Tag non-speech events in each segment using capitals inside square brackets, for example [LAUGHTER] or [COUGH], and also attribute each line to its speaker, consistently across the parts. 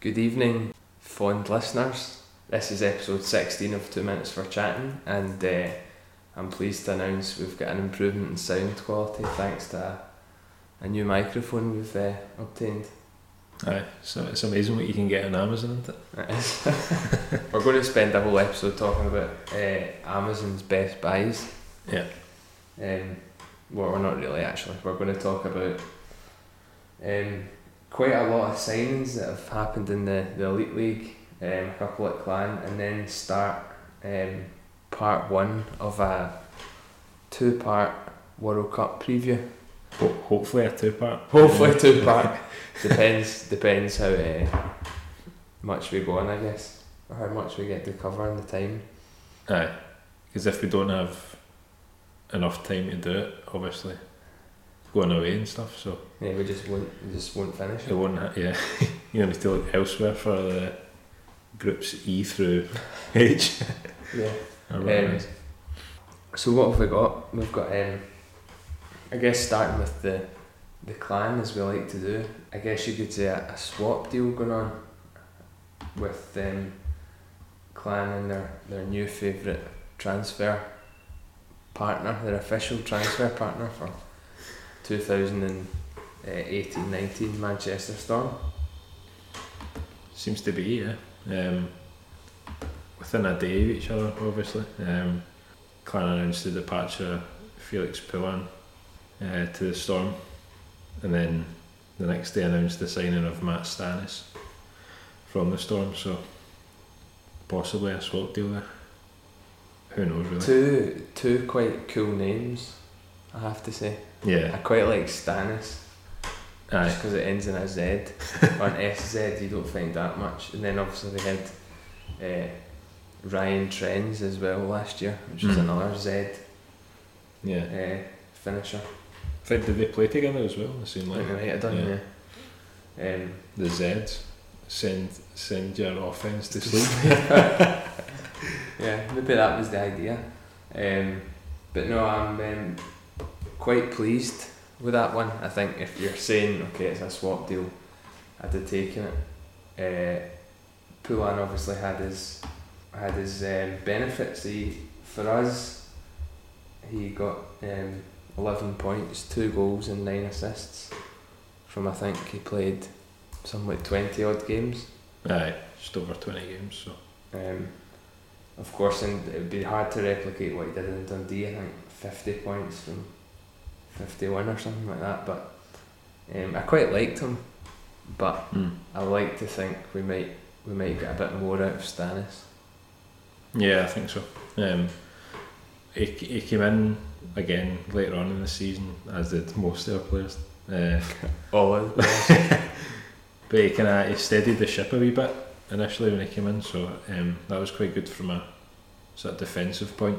Speaker 1: Good evening, fond listeners. This is episode 16 of Two Minutes for Chatting, and uh, I'm pleased to announce we've got an improvement in sound quality thanks to a, a new microphone we've uh, obtained.
Speaker 2: Aye, so it's amazing what you can get on Amazon, isn't it?
Speaker 1: It is. We're going to spend a whole episode talking about uh, Amazon's best buys.
Speaker 2: Yeah.
Speaker 1: Um, well, we're not really actually. We're going to talk about um, quite a lot of signings that have happened in the, the Elite League, um, a couple at Clan, and then start um, part one of a two part World Cup preview.
Speaker 2: Ho- hopefully a two part.
Speaker 1: Hopefully, two
Speaker 2: [LAUGHS]
Speaker 1: part. depends depends how uh, much we go on, I guess, or how much we get to cover in the time.
Speaker 2: Aye, because if we don't have enough time to do it, obviously going away and stuff, so
Speaker 1: Yeah, we just won't we just won't finish.
Speaker 2: it won't. Ha- yeah, [LAUGHS] you need to look elsewhere for the groups E through H. [LAUGHS]
Speaker 1: Yeah.
Speaker 2: or whatever it is.
Speaker 1: So what have we got? We've got um, I guess starting with the the clan as we like to do. I guess you could say a, a swap deal going on with um, clan and their their new favourite transfer partner, their official transfer partner for 2018-19 Manchester Storm.
Speaker 2: Seems to be yeah. Um, within a day of each other, obviously. Um, Clan announced the departure of Felix Pouan uh, to the Storm, and then the next day announced the signing of Matt Stanis from the Storm. So possibly a swap deal there. Who knows really?
Speaker 1: Two two quite cool names, I have to say. I
Speaker 2: Yeah,
Speaker 1: quite like Stannis.
Speaker 2: aye,
Speaker 1: Just because it ends in a Z or an SZ, you don't find that much. And then obviously they had uh, Ryan Trends as well last year, which is
Speaker 2: Mm.
Speaker 1: another Z
Speaker 2: yeah.
Speaker 1: uh, finisher.
Speaker 2: I think did they play together as well? It seemed like
Speaker 1: Like, right, I don't
Speaker 2: yeah.
Speaker 1: know. Um,
Speaker 2: the Zeds send send your offense to sleep.
Speaker 1: [LAUGHS]
Speaker 2: [LAUGHS]
Speaker 1: yeah, maybe that was the idea. Um, but no, I'm um, quite pleased with that one. I think if you're saying, okay, it's a swap deal, I'd have taken it. Uh, Poulan obviously had his had his um, benefits. He for us, he got um, eleven points, two goals, and nine assists. From I think he played something like twenty odd games.
Speaker 2: aye, just over twenty games. So.
Speaker 1: Um, of course, and it'd be hard to replicate what he did in Dundee. I think fifty points from fifty-one or something like that. But um, I quite liked him, but
Speaker 2: Mm.
Speaker 1: I like to think we might we might get a bit more out of Stanis.
Speaker 2: Yeah, I think so. Um, he, he came in again later on in the season, as did most of our players. Uh,
Speaker 1: All in.
Speaker 2: but he kind of he steadied the ship a wee bit initially when he came in, so um, that was quite good from a sort of defensive point.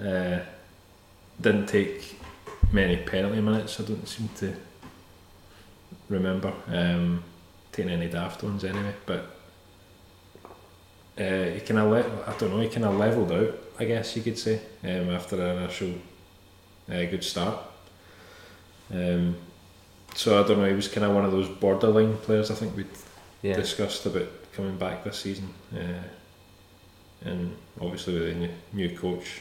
Speaker 2: Uh, didn't take many penalty minutes. I don't seem to remember um, taking any daft ones anyway. But uh, he kind of le- I don't know. He kind of levelled out. I guess you could say um, after an initial uh, good start. Um, so I don't know. He was kind of one of those borderline players. I think we
Speaker 1: [LAUGHS] yeah,
Speaker 2: discussed about coming back this season, uh, and obviously with a new, new coach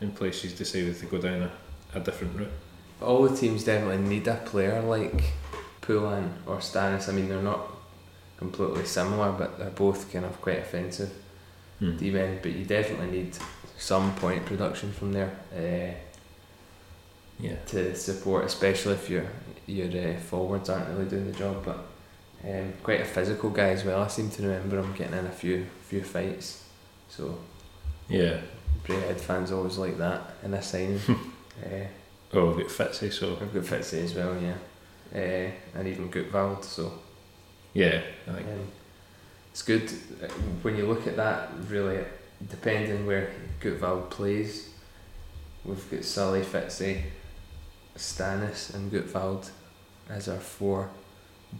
Speaker 2: in place, he's decided to go down a, a different route.
Speaker 1: all the teams definitely need a player like Poulan or Stanis. I mean, they're not completely similar, but they're both kind of quite offensive. D men, but you definitely need some point production from there. Uh,
Speaker 2: Yeah,
Speaker 1: to support, especially if your your uh, forwards aren't really doing the job. But um, quite a physical guy as well. I seem to remember him getting in a few few fights. So
Speaker 2: yeah.
Speaker 1: Brayhead fans always like that in a signing. uh,
Speaker 2: Oh, we've got Fitzy, so
Speaker 1: I've got Fitzy as well, yeah, uh, and even Gutvald. So
Speaker 2: yeah, I think
Speaker 1: um, it's good uh, when you look at that. Really, depending where Gutvald plays, we've got Sully, Fitzy, Stannis, and Gutvald as our four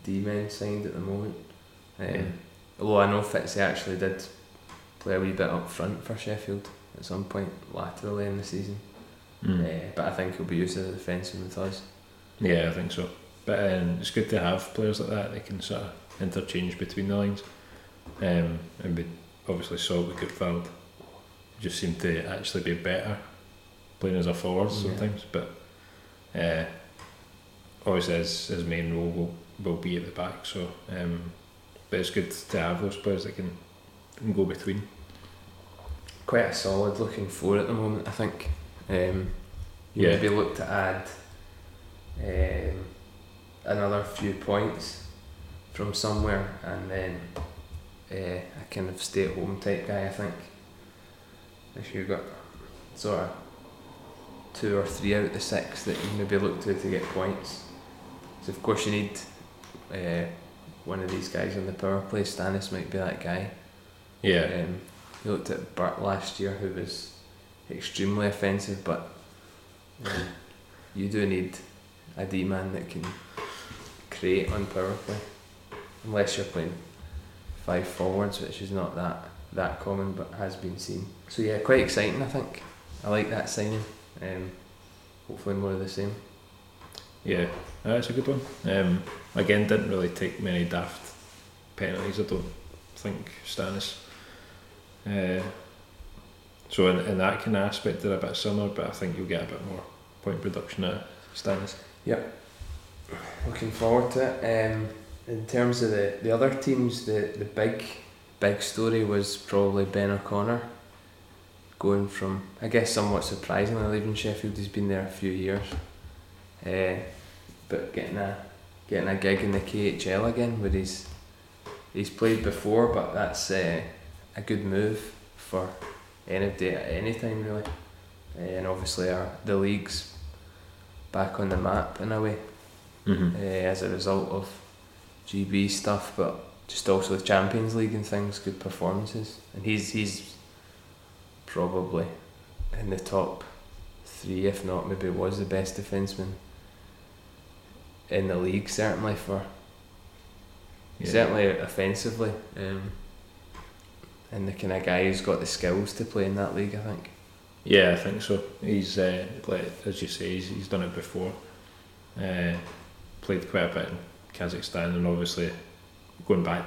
Speaker 1: D men signed at the moment. Um,
Speaker 2: Yeah.
Speaker 1: Although I know Fitzy actually did play a wee bit up front for Sheffield at some point laterally in the season,
Speaker 2: Mm.
Speaker 1: Uh, but I think he'll be used as a defenseman with us.
Speaker 2: yeah, I think so. But um, it's good to have players like that. They can sort of interchange between the lines. Um, and we obviously saw we could filled. Just seemed to actually be better playing as a forward
Speaker 1: Yeah.
Speaker 2: sometimes, but uh, obviously his, his main role will, will be at the back. So, um, but it's good to have those players that can, can go between.
Speaker 1: Quite a solid looking four at the moment, I think. Um, you
Speaker 2: Yeah.
Speaker 1: maybe look to add um, another few points from somewhere, and then uh, a kind of stay at home type guy. I think if you've got sort of two or three out of the six that you maybe look to to get points. So of course you need uh, one of these guys on the power play. Stannis might be that guy.
Speaker 2: Yeah,
Speaker 1: Um, we looked at Bert last year, who was extremely offensive, but um, you do need a D man that can create on power play, unless you're playing five forwards, which is not that that common, but has been seen. So yeah, quite exciting. I think I like that signing. Um, hopefully more of the same.
Speaker 2: yeah, Ah, that's a good one. Um, again, didn't really take many daft penalties. I don't think Stannis. Uh, so in, in that kind of aspect, they're a bit similar, but I think you'll get a bit more point production at Stannis.
Speaker 1: Looking forward to it. Um, in terms of the, the other teams, the, the big big story was probably Ben O'Connor going from, I guess, somewhat surprisingly leaving Sheffield. He's been there a few years, uh, but getting a getting a gig in the KHL again, where he's he's played before, but that's uh, a good move for any day at any time really, Uh, and obviously our the league's back on the map in a way
Speaker 2: Mm-hmm.
Speaker 1: uh, as a result of GB stuff, but just also the Champions League and things, good performances. And he's he's probably in the top three, if not maybe was the best defenseman in the league, certainly for certainly offensively. Um, and the kind of guy who's got the skills to play in that league, I think.
Speaker 2: Yeah, I think so. He's uh, like, as you say, he's, he's done it before. Uh, played quite a bit in Kazakhstan, and obviously going back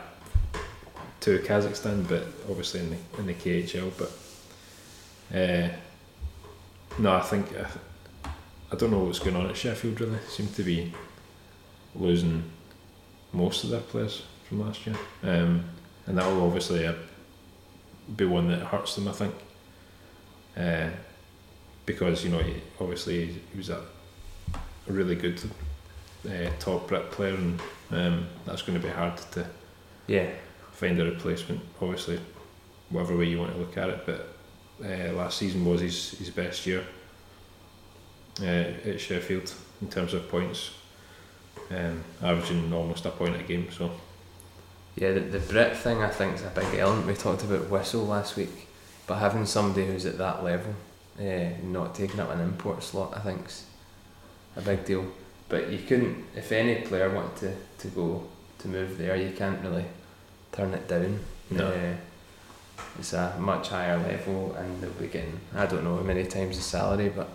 Speaker 2: to Kazakhstan, but obviously in the in the KHL. But uh, no, I think I, I don't know what's going on at Sheffield. Really, seem to be losing most of their players from last year, um, and that will obviously uh, be one that hurts them. I think uh, because you know he, obviously he was a a really good uh, top Brit player, and um, that's going to be hard to
Speaker 1: Yeah,
Speaker 2: find a replacement. Obviously, whatever way you want to look at it, but uh, last season was his his best year uh, at Sheffield in terms of points, um, averaging almost a point a game. So
Speaker 1: Yeah, the, the Brit thing I think is a big element. We talked about Whistle last week, but having somebody who's at that level, eh, not taking up an import slot, I think's a big deal. But you couldn't, if any player wanted to, to go to move there, you can't really turn it down.
Speaker 2: no,
Speaker 1: Eh, it's a much higher level, and they'll be getting I don't know how many times the salary, but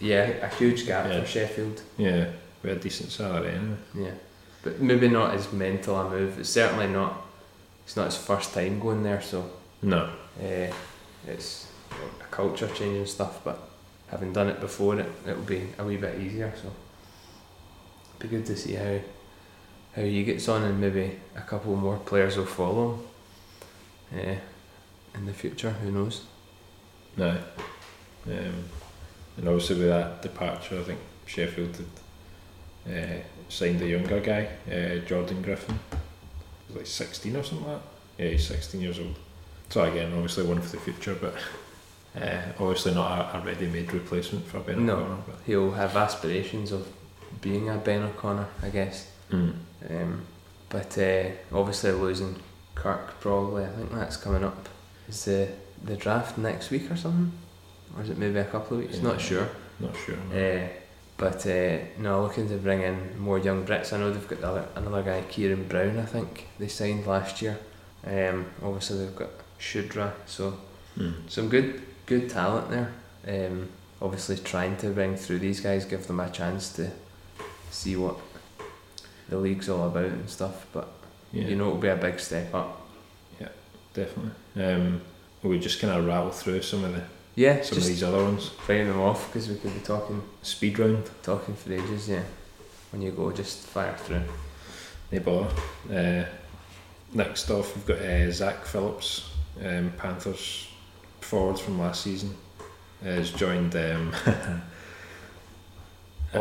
Speaker 1: yeah, a huge gap
Speaker 2: Yeah.
Speaker 1: for Sheffield.
Speaker 2: yeah, we had decent salary anyway.
Speaker 1: Yeah, but maybe not as mental a move. It's certainly not. It's not his first time going there, so
Speaker 2: No,
Speaker 1: uh, it's a culture change and stuff. But having done it before, it it'll be a wee bit easier. So it'd be good to see how how he gets on, and maybe a couple more players will follow. Yeah, in the future, who knows?
Speaker 2: No. Um, and obviously with that departure, I think Sheffield had uh, signed a younger guy, uh, Jordan Griffin. He's like 16 or something like that. Yeah, he's 16 years old. So again, obviously one for the future, but uh, obviously not a, a ready-made replacement for Ben
Speaker 1: No.
Speaker 2: O'Connor.
Speaker 1: He'll have aspirations of being a Ben O'Connor, I guess.
Speaker 2: But, mm.
Speaker 1: Um, but uh, obviously losing Kirk probably. I think that's coming up. Is the the draft next week or something, or is it maybe a couple of weeks?
Speaker 2: Yeah.
Speaker 1: Not sure.
Speaker 2: Not sure. no.
Speaker 1: Uh, but uh, no, looking to bring in more young Brits. I know they've got the other, another guy, Kieran Brown. I think they signed last year. Um, obviously they've got Shudra. So
Speaker 2: Mm.
Speaker 1: some good good talent there. Um, obviously trying to bring through these guys, give them a chance to see what the league's all about and stuff. But
Speaker 2: Yeah,
Speaker 1: You know, it'll be a big step up.
Speaker 2: definitely. Um, we just kind of rattle through some of the
Speaker 1: Yeah,
Speaker 2: some of
Speaker 1: just
Speaker 2: these other ones.
Speaker 1: fire them off because we could be talking
Speaker 2: Speed round,
Speaker 1: talking for ages. Yeah, when you go, just fire through.
Speaker 2: they bother. Uh, next off, we've got uh, Zach Phillips, um, Panthers forward from last season, has joined um, [LAUGHS] uh,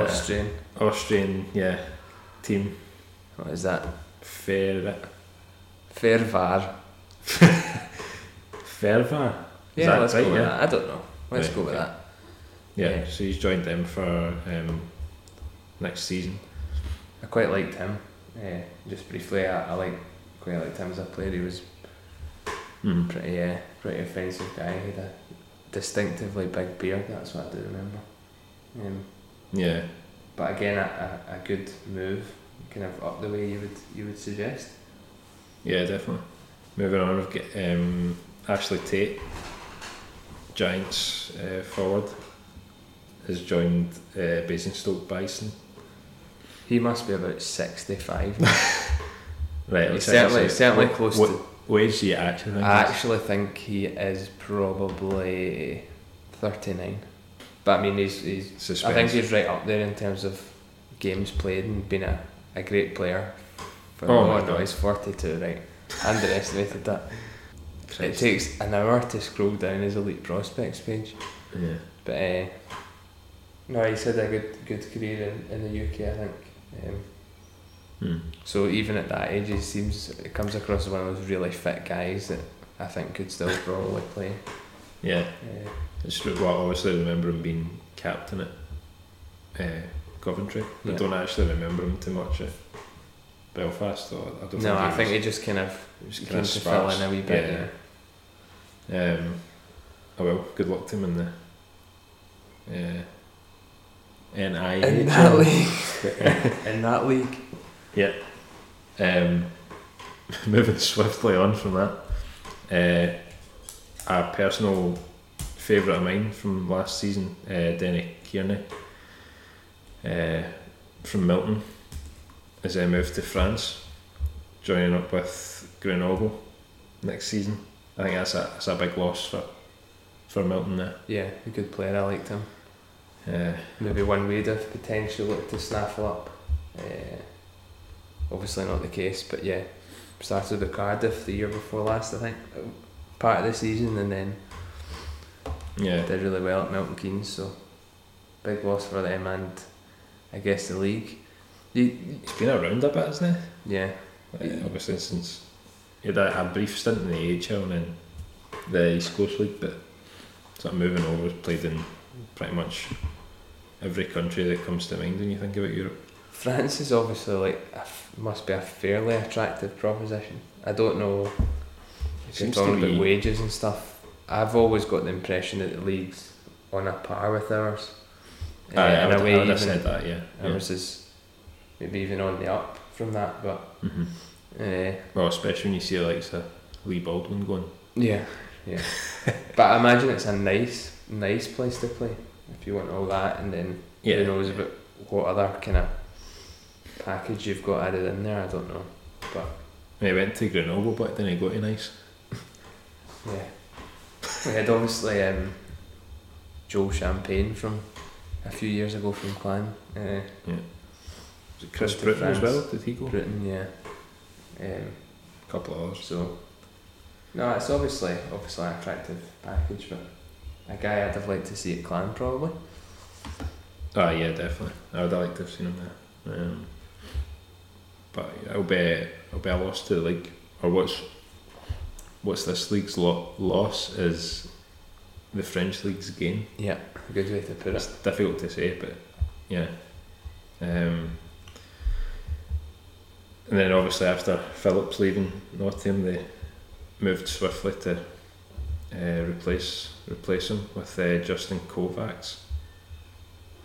Speaker 1: Austrian.
Speaker 2: Austrian, yeah, team
Speaker 1: What is that?
Speaker 2: Fair
Speaker 1: Fairvar.
Speaker 2: Fairvar. Is
Speaker 1: Yeah,
Speaker 2: that
Speaker 1: let's
Speaker 2: right,
Speaker 1: go with
Speaker 2: yeah?
Speaker 1: that. I don't know. Let's
Speaker 2: Right,
Speaker 1: go with
Speaker 2: okay.
Speaker 1: that.
Speaker 2: Yeah,
Speaker 1: Yeah.
Speaker 2: so he's joined them for um, next season.
Speaker 1: I quite liked him. Uh, just briefly, I, I like quite liked him as a player. He was
Speaker 2: Mm.
Speaker 1: pretty, uh, pretty offensive guy. He had a distinctively big beard. That's what I do remember. Um,
Speaker 2: Yeah,
Speaker 1: but again, a, a, a good move, kind of up the way you would you would suggest.
Speaker 2: yeah, definitely. Moving on, we've got um, Ashley Tate, Giants uh, forward, has joined uh, Basingstoke Bison.
Speaker 1: He must be about sixty
Speaker 2: [LAUGHS]
Speaker 1: five. now.
Speaker 2: Right,
Speaker 1: He's
Speaker 2: let's check
Speaker 1: certainly,
Speaker 2: this out.
Speaker 1: certainly
Speaker 2: What-
Speaker 1: close
Speaker 2: what,
Speaker 1: to.
Speaker 2: What age do you actually think?
Speaker 1: I
Speaker 2: he is?
Speaker 1: actually think he is probably thirty nine. But I mean, he's he's I
Speaker 2: Suspense.
Speaker 1: think he's right up there in terms of games played and being a, a great player. For
Speaker 2: Oh
Speaker 1: oh
Speaker 2: my
Speaker 1: no,
Speaker 2: God.
Speaker 1: he's 42, right? Underestimated that. It
Speaker 2: Christ.
Speaker 1: takes an hour to scroll down his elite prospects page.
Speaker 2: Yeah.
Speaker 1: But uh, no, he's had a good good career in, in the UK, I think. Um,
Speaker 2: Hmm.
Speaker 1: so even at that age, he seems it comes across as one of those really fit guys that I think could still probably play.
Speaker 2: Yeah.
Speaker 1: Uh,
Speaker 2: It's true. Well, obviously, I remember him being captain at uh, Coventry. I
Speaker 1: Yeah.
Speaker 2: don't actually remember him too much at Belfast. Or I don't
Speaker 1: no, I think
Speaker 2: he
Speaker 1: he just kind of
Speaker 2: was,
Speaker 1: he
Speaker 2: he
Speaker 1: came
Speaker 2: kind
Speaker 1: to
Speaker 2: of
Speaker 1: fill in a wee bit.
Speaker 2: Yeah.
Speaker 1: Yeah.
Speaker 2: Um, oh well, good luck to him in the uh,
Speaker 1: In that [LAUGHS]
Speaker 2: NIH.
Speaker 1: league, in that league,
Speaker 2: [LAUGHS] um, moving swiftly on from that, uh, a personal favourite of mine from last season, uh, Denny Kearney, uh, from Milton, as they moved to France, joining up with Grenoble next season. I think that's a, that's a big loss for for Milton there.
Speaker 1: yeah, a good player. I liked him.
Speaker 2: Uh,
Speaker 1: Maybe one we'd have potentially looked to snaffle up. Uh, obviously not the case, but yeah, started with Cardiff the year before last, I think, part of the season, and then
Speaker 2: yeah,
Speaker 1: did really well at Milton Keynes. So big loss for them, and I guess the league. You,
Speaker 2: he's been around a bit, hasn't he?
Speaker 1: yeah,
Speaker 2: Uh, obviously, since he had a, a brief stint in the AHL and then the East Coast League, but sort of moving over, played in pretty much every country that comes to mind when you think about Europe.
Speaker 1: France is obviously like a f- must be a fairly attractive proposition. I don't know. If you're
Speaker 2: Seems to
Speaker 1: talking
Speaker 2: be-
Speaker 1: about wages and stuff, I've always got the impression that the league's on a par with ours. Uh,
Speaker 2: Aye, I,
Speaker 1: in
Speaker 2: would,
Speaker 1: a
Speaker 2: I
Speaker 1: way,
Speaker 2: would have
Speaker 1: even
Speaker 2: said that, yeah. yeah.
Speaker 1: ours is maybe even on the up from that. But
Speaker 2: hmm
Speaker 1: uh,
Speaker 2: Well, especially when you see like a Lee Baldwin going.
Speaker 1: yeah, yeah. but I imagine it's a nice, nice place to play if you want all that, and then
Speaker 2: Yeah,
Speaker 1: who knows about what other kind of package you've got added in there. I don't know.
Speaker 2: When he went to Grenoble, but then he got to Nice.
Speaker 1: Yeah. We had obviously um, Joe Champagne from a few years ago from Clan, uh,
Speaker 2: Was it Chris
Speaker 1: Went to
Speaker 2: Britton as
Speaker 1: France.
Speaker 2: well? Did he go?
Speaker 1: Britain, yeah. Um,
Speaker 2: A couple of others.
Speaker 1: so, no, it's obviously obviously an attractive package, but a guy I'd have liked to see at Clan probably.
Speaker 2: Ah, yeah, definitely. I would have liked to have seen him there. Um, but it'll be it'll be a loss to the league. Or what's what's this league's lo- loss is the French league's gain.
Speaker 1: Yeah, a good way to put
Speaker 2: It's
Speaker 1: it.
Speaker 2: difficult to say, but yeah. Um, and then obviously after Phillips leaving Nottingham, they moved swiftly to uh, replace replace him with uh, Justin Kovacs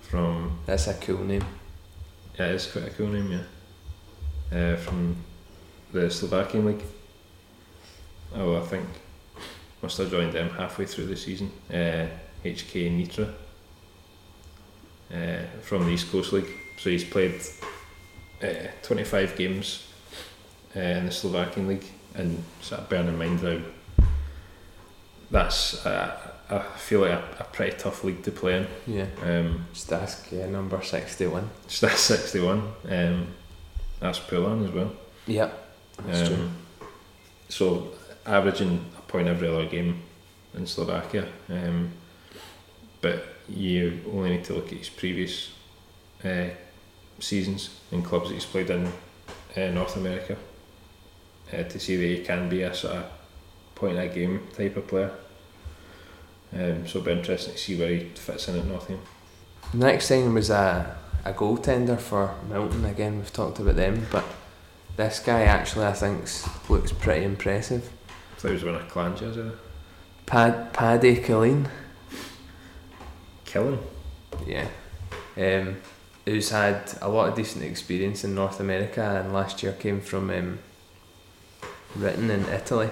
Speaker 2: from
Speaker 1: That's a cool name.
Speaker 2: yeah, it's quite a cool name, yeah. Uh, from the Slovakian league. Oh, I think must have joined them halfway through the season. Uh, HK Nitra uh, from the East Coast League. So he's played uh, 25 games uh, in the Slovakian league, and sort of bearing in mind how that's uh, I feel like a, a pretty tough league to play in.
Speaker 1: Yeah.
Speaker 2: Um,
Speaker 1: Just ask yeah, number 61.
Speaker 2: so that's sixty one. Um, that's Poulon as well.
Speaker 1: Yep. That's true.
Speaker 2: Um, so averaging a point every other game in Slovakia, um, but you only need to look at his previous uh, seasons in clubs that he's played in uh, North America uh, to see that he can be a sort of point a game type of player. Um, so it'll be interesting to see where he fits in at Nottingham.
Speaker 1: Next signing was a, a goaltender for Milton. Again, we've talked about them, but this guy actually, I think, looks pretty impressive.
Speaker 2: I thought he was winning a Clancy, is it?
Speaker 1: Pad, Paddy Killeen.
Speaker 2: Killing.
Speaker 1: Yeah. Um, who's had a lot of decent experience in North America and last year came from um, written in Italy.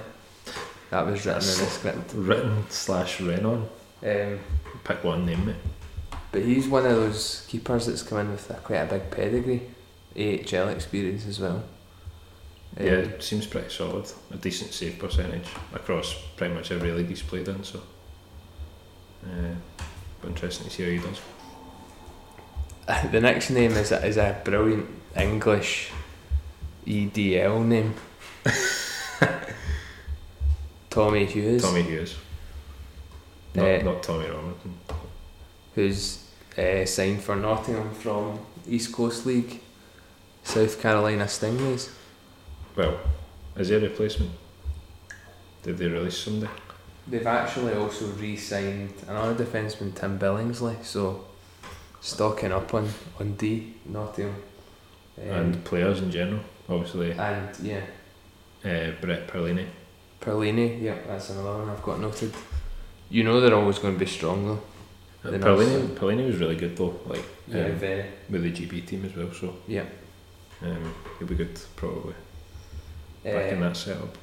Speaker 1: That was written in the script.
Speaker 2: Written slash Renon.
Speaker 1: Um,
Speaker 2: Pick one name, mate.
Speaker 1: but he's one of those keepers that's come in with a, quite a big pedigree, AHL experience as well. Um,
Speaker 2: Yeah, it seems pretty solid. A decent save percentage across pretty much every league he's played in, so. Uh, but interesting to see how he does.
Speaker 1: [LAUGHS] the next name is a, is a brilliant English EDL
Speaker 2: [LAUGHS]
Speaker 1: name. Tommy Hughes,
Speaker 2: Tommy Hughes. Not,
Speaker 1: Eh.
Speaker 2: not Tommy Robinson.
Speaker 1: who's uh, signed for Nottingham from East Coast League, South Carolina Stingrays.
Speaker 2: Well, is there a replacement? Did they release somebody?
Speaker 1: They've actually also re-signed another defenseman, Tim Billingsley. So stocking up on on D Nottingham. Um,
Speaker 2: and players in general? Obviously, uh,
Speaker 1: and yeah,
Speaker 2: Brett Perlini.
Speaker 1: Perlini. Yep, that's another one I've got noted. You know they're always going to be strong though.
Speaker 2: Uh,
Speaker 1: Then
Speaker 2: Perlini,
Speaker 1: obviously-
Speaker 2: Perlini was really good though, like um,
Speaker 1: very.
Speaker 2: with the GB team as well, so
Speaker 1: Yeah.
Speaker 2: um, he'll be good probably back in
Speaker 1: Uh,
Speaker 2: that setup.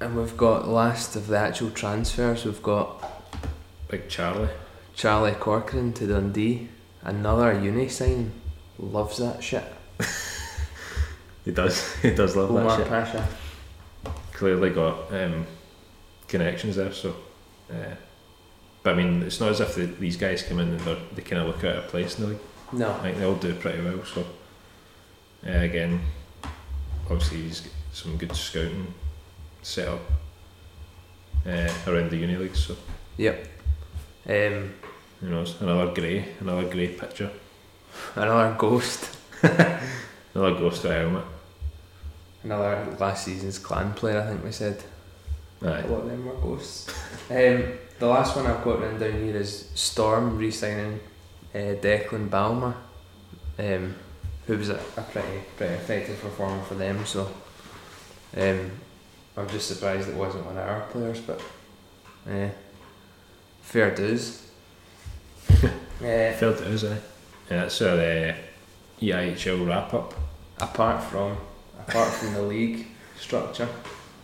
Speaker 1: and we've got last of the actual transfers. We've got
Speaker 2: Big Charlie.
Speaker 1: Charlie Corcoran to Dundee. Another uni sign. Loves that shit.
Speaker 2: He does. [LAUGHS] He does love that
Speaker 1: Omar
Speaker 2: shit.
Speaker 1: Pasha.
Speaker 2: Clearly got um, connections there. So, uh, but I mean, it's not as if the, these guys come in and they're, they kind of look out of place in the league. I
Speaker 1: No.
Speaker 2: think they all do pretty well. So, uh, again, obviously he's got some good scouting set up uh, around the uni league. So
Speaker 1: Um,
Speaker 2: who knows? Another grey, another grey picture,
Speaker 1: another ghost.
Speaker 2: another ghost of a helmet.
Speaker 1: Another last season's clan player, I think we said. A
Speaker 2: Aye.
Speaker 1: lot of them were ghosts. [LAUGHS] Um, the last one I've got written down here is Storm re signing uh, Declan Balmer, um, who was a, a pretty, pretty effective performer for them. So um, I'm just surprised it wasn't one of our players, but uh, fair dues. uh,
Speaker 2: Failed it is, aye. Yeah, that's our uh, EIHL wrap up.
Speaker 1: apart from apart from the league structure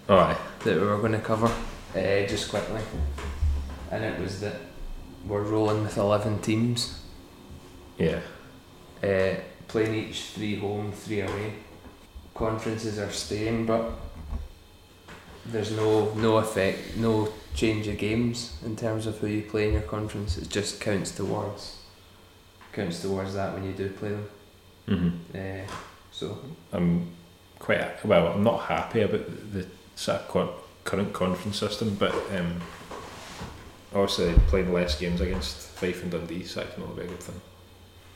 Speaker 2: Oh, aye.
Speaker 1: that we were going to cover, uh, just quickly, and it was that we're rolling with eleven teams.
Speaker 2: Yeah.
Speaker 1: uh, playing each three home, three away. Conferences are staying, but there's no no effect, no change of games in terms of who you play in your conference. It just counts towards counts towards that when you do play them.
Speaker 2: hmm
Speaker 1: Uh, so
Speaker 2: I'm quite well. I'm not happy about the, the sort of cur- current conference system, but um, obviously playing less games against Fife and Dundee, so that can only be a good thing.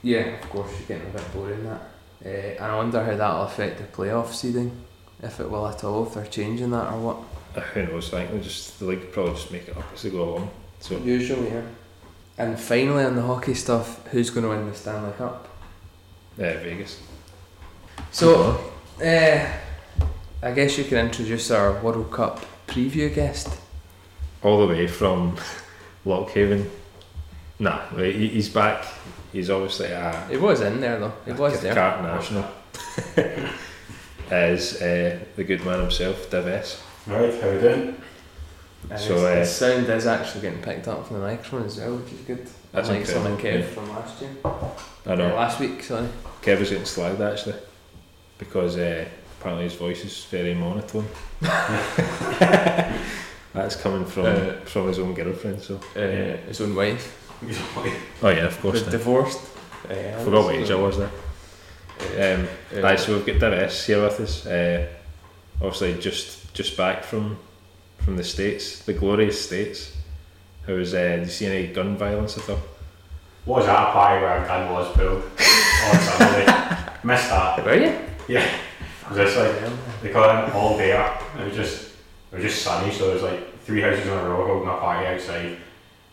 Speaker 1: yeah, of course you're getting a bit boring that. Uh, and I wonder how that'll affect the playoff seeding, if it will at all, if they're changing that or what.
Speaker 2: Uh, who knows? I think they just the league probably just make it up as they go along. So
Speaker 1: Usually, yeah. And finally, on the hockey stuff, who's going to win the Stanley Cup?
Speaker 2: yeah, Uh, Vegas.
Speaker 1: So. Uh, I guess you can introduce our World Cup preview guest.
Speaker 2: all the way from Lockhaven. Nah, he, he's back. He's obviously a
Speaker 1: It was in there though. It was there.
Speaker 2: Cart National. [LAUGHS] As uh, the good man himself, Div S.
Speaker 3: Right, how we doing? [LAUGHS]
Speaker 1: And
Speaker 2: So,
Speaker 1: it's- the
Speaker 2: uh,
Speaker 1: sound is actually getting picked up from the microphone as well, which is good.
Speaker 2: That's
Speaker 1: like
Speaker 2: incredible,
Speaker 1: something Kev
Speaker 2: yeah.
Speaker 1: from last year.
Speaker 2: I know.
Speaker 1: Uh, last week, sorry.
Speaker 2: Kev was getting slagged actually because uh, apparently his voice is very [LAUGHS] monotone. That's coming from
Speaker 1: Uh,
Speaker 2: from his own girlfriend. So
Speaker 1: Uh, His own wife
Speaker 2: oh yeah, of course.
Speaker 1: was
Speaker 2: then.
Speaker 1: divorced.
Speaker 2: I
Speaker 1: Uh,
Speaker 2: forgot what age I was there. Um,
Speaker 1: uh,
Speaker 2: Right, so we've got Darius here with us. Uh, obviously, just just back from from the states, the glorious states. How was? Uh, did you see any gun violence at all?
Speaker 3: What was that party where a gun was pulled on Sunday? Oh, [LAUGHS] Missed that.
Speaker 1: Were you?
Speaker 3: Yeah. It was just like they got in all day up. It was just it was just sunny, so there was like three houses in a row holding a party outside.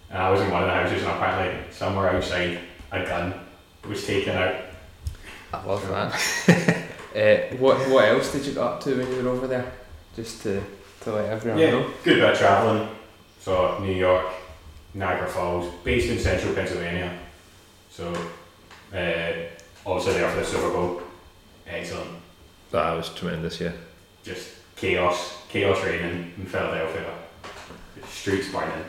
Speaker 3: And I was in one of the houses and apparently somewhere outside a gun was taken out.
Speaker 1: I love that. [LAUGHS] uh, what What else did you get up to when you were over there? Just to to let everyone
Speaker 3: Yeah.
Speaker 1: know.
Speaker 3: Good bit of travelling. So New York, Niagara Falls, based in central Pennsylvania. So uh, obviously there for the Super Bowl. Excellent.
Speaker 2: That Ah, was tremendous. Yeah,
Speaker 3: just chaos, chaos raining in Philadelphia, streets burning.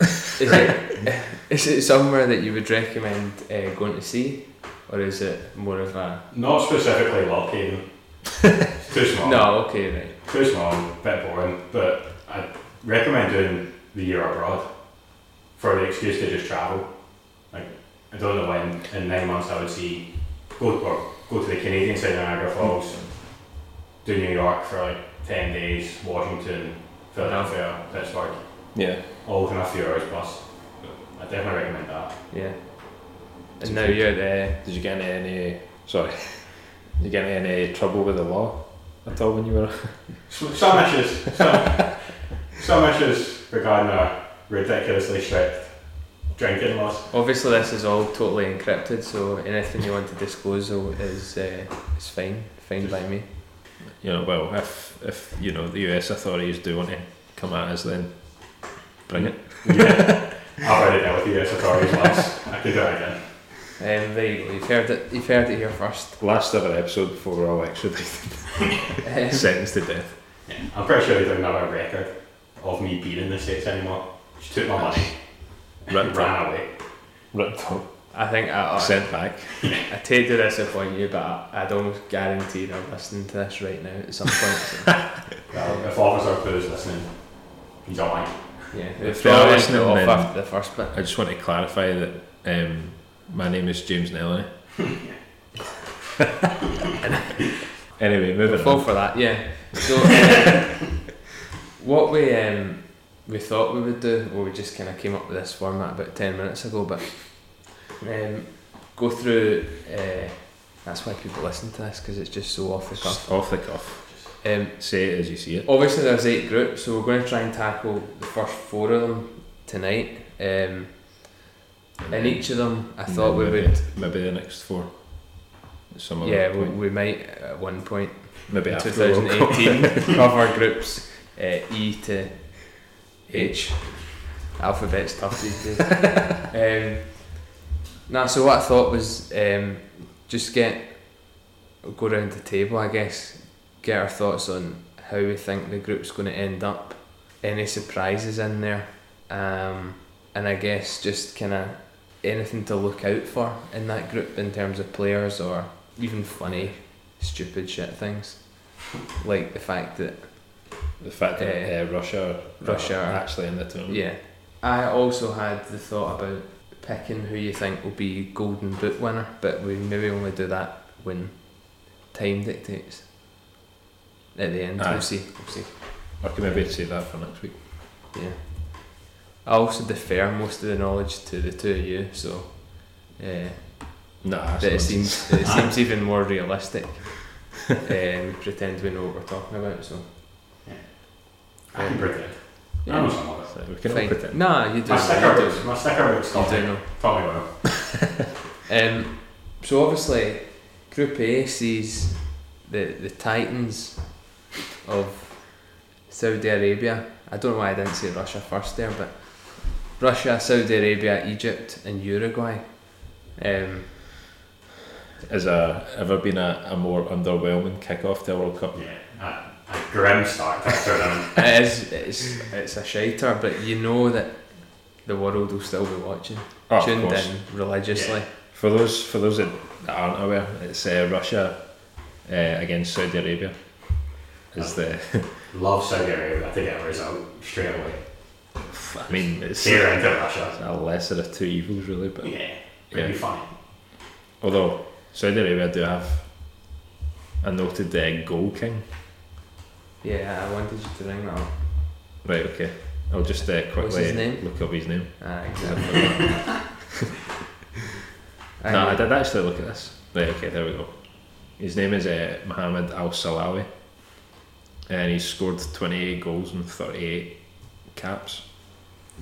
Speaker 1: Is it Is it somewhere that you would recommend uh, going to see, or is it more of a
Speaker 3: Not specifically Lockhaven.
Speaker 1: [LAUGHS]
Speaker 3: it's too small.
Speaker 1: no? Okay, right.
Speaker 3: Too small, bit boring, but I recommend doing the year abroad for the excuse to just travel. Like, I don't know when, in nine months I would see, go, or go to the Canadian side of Niagara Falls, do New York for like 10 days, Washington, Philadelphia, Pittsburgh,
Speaker 2: yeah.
Speaker 3: all within a few hours plus. I definitely recommend that.
Speaker 1: Yeah. And now you're there.
Speaker 2: Did you get into any? Sorry, did you get into any trouble with the law at all when you were?
Speaker 3: Some some issues, some, some issues regarding our ridiculously strict drinking laws.
Speaker 1: Obviously, this is all totally encrypted, so anything you want to disclose though is uh, is fine, fine by me.
Speaker 2: You know, well, if if you know the US authorities do want to come at us, then bring it.
Speaker 3: Yeah, [LAUGHS] I've already dealt with the US authorities once. I could do it again.
Speaker 1: Um, there you go. You've heard it. You've heard it here first. [LAUGHS]
Speaker 2: Last ever episode before we're all extradited,
Speaker 1: Um,
Speaker 2: [LAUGHS] sentenced to death.
Speaker 3: Yeah, I'm pretty sure they don't have a record of me being in the states anymore. She took my money,
Speaker 2: Ripped up,
Speaker 3: ran away.
Speaker 2: ripped up,
Speaker 1: I think I, I,
Speaker 2: sent back.
Speaker 1: I take the disappoint you, but I, I'd almost guarantee they're listening to this right now at some
Speaker 2: [LAUGHS]
Speaker 1: point.
Speaker 3: Well, if Officer Clue's listening, he's on mine.
Speaker 1: So, yeah,
Speaker 2: If
Speaker 1: if
Speaker 2: they are
Speaker 1: they're
Speaker 2: listening,
Speaker 1: listening off
Speaker 2: then-
Speaker 1: after the first bit.
Speaker 2: I just want to clarify that um, my name is James [LAUGHS] Nelly. anyway, moving
Speaker 1: Fall
Speaker 2: on.
Speaker 1: for that, yeah. So,
Speaker 2: [LAUGHS]
Speaker 1: uh, what we um, we thought we would do, well, we just kind of came up with this format about ten minutes ago, but um, go through. Uh, that's why people listen to this because it's just so off the cuff.
Speaker 2: Just off the cuff.
Speaker 1: Um,
Speaker 2: Say it as you see it.
Speaker 1: obviously, there's eight groups, so we're going to try and tackle the first four of them tonight. Um, in each of them, I
Speaker 2: And
Speaker 1: thought we
Speaker 2: then maybe,
Speaker 1: would.
Speaker 2: Maybe the next four. Some other
Speaker 1: Yeah, we,
Speaker 2: point.
Speaker 1: we might at one point.
Speaker 2: maybe after the World Cup. [LAUGHS]
Speaker 1: 2018 cover groups uh, E to H. Alphabet's tough these
Speaker 2: [LAUGHS]
Speaker 1: days. um, nah, so what I thought was um, just get go round the table, I guess, get our thoughts on how we think the group's going to end up, any surprises in there, um, and I guess just kind of anything to look out for in that group in terms of players or even funny, stupid shit things like the fact that
Speaker 2: The fact that uh, Russia, are-
Speaker 1: Russia
Speaker 2: are
Speaker 1: are-
Speaker 2: actually in the tournament.
Speaker 1: yeah i also had the thought about picking who you think will be golden boot winner but we maybe only do that when time dictates at the end
Speaker 2: Aye.
Speaker 1: we'll see we'll see
Speaker 2: I can maybe say that for next week.
Speaker 1: yeah i also defer most of the knowledge to the two of you so uh,
Speaker 2: Nah,
Speaker 1: that it seems that it
Speaker 2: [LAUGHS]
Speaker 1: seems even more realistic uh, we pretend we know what we're talking about so
Speaker 3: I can predict. I know
Speaker 1: yeah.
Speaker 3: some of
Speaker 2: So we Oh. can all
Speaker 1: Fine.
Speaker 2: pretend.
Speaker 1: nah you do
Speaker 3: it. My sticker
Speaker 1: you
Speaker 3: books, my sticker books
Speaker 1: do, you
Speaker 3: taught
Speaker 1: do
Speaker 3: me,
Speaker 1: know
Speaker 3: taught me well.
Speaker 1: Um, so obviously, Group A sees the the Titans of Saudi Arabia. I don't know why I didn't say Russia first there, but Russia, Saudi Arabia, Egypt, and Uruguay. Um,
Speaker 2: Has uh, ever been a, a more underwhelming kick-off to a World Cup?
Speaker 3: Yeah, a, a grim start to a tournament.
Speaker 1: it is it's it's a shiter, but you know that the world will still be watching,
Speaker 2: Oh, of
Speaker 1: tuned
Speaker 2: course.
Speaker 1: in religiously.
Speaker 2: For those for those that that aren't aware, it's uh, Russia uh, against Saudi Arabia. is the.
Speaker 3: Love Saudi Arabia. I think it was out straight away.
Speaker 2: I mean, it's,
Speaker 3: Here
Speaker 2: it's
Speaker 3: into Russia.
Speaker 2: a lesser of two evils, really. But
Speaker 3: Yeah, it'd be fine.
Speaker 2: although Saudi Arabia do have a noted uh, goal king.
Speaker 1: Yeah, I wanted you to ring that
Speaker 2: [LAUGHS]
Speaker 1: up.
Speaker 2: Right. Okay. I'll just uh, quickly
Speaker 1: What's his name?
Speaker 2: look up his name.
Speaker 1: [LAUGHS] Ah, exactly.
Speaker 2: no,
Speaker 1: I
Speaker 2: I did actually look at this. Right, okay, there we go. His name is uh, Mohammed Al Salawi, and he's scored 28 goals and 38 caps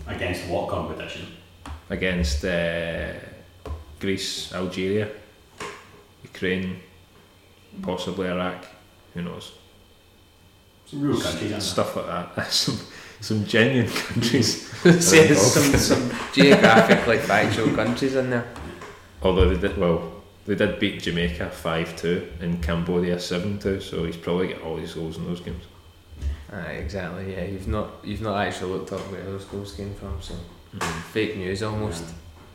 Speaker 3: Against what competition?
Speaker 2: against uh, Greece, Algeria, Ukraine, possibly Iraq. Who knows?
Speaker 3: Some real countries. aren't there?
Speaker 2: Stuff like that. [LAUGHS] some some genuine countries.
Speaker 1: [LAUGHS] See,
Speaker 2: [LAUGHS]
Speaker 1: there's some, some geographically factual countries in there.
Speaker 2: Although they did well, they did beat Jamaica five two and Cambodia seven two. So he's probably got all his goals in those games.
Speaker 1: Ah, exactly. Yeah, you've not you've not actually looked up where those goals came from. So fake news almost.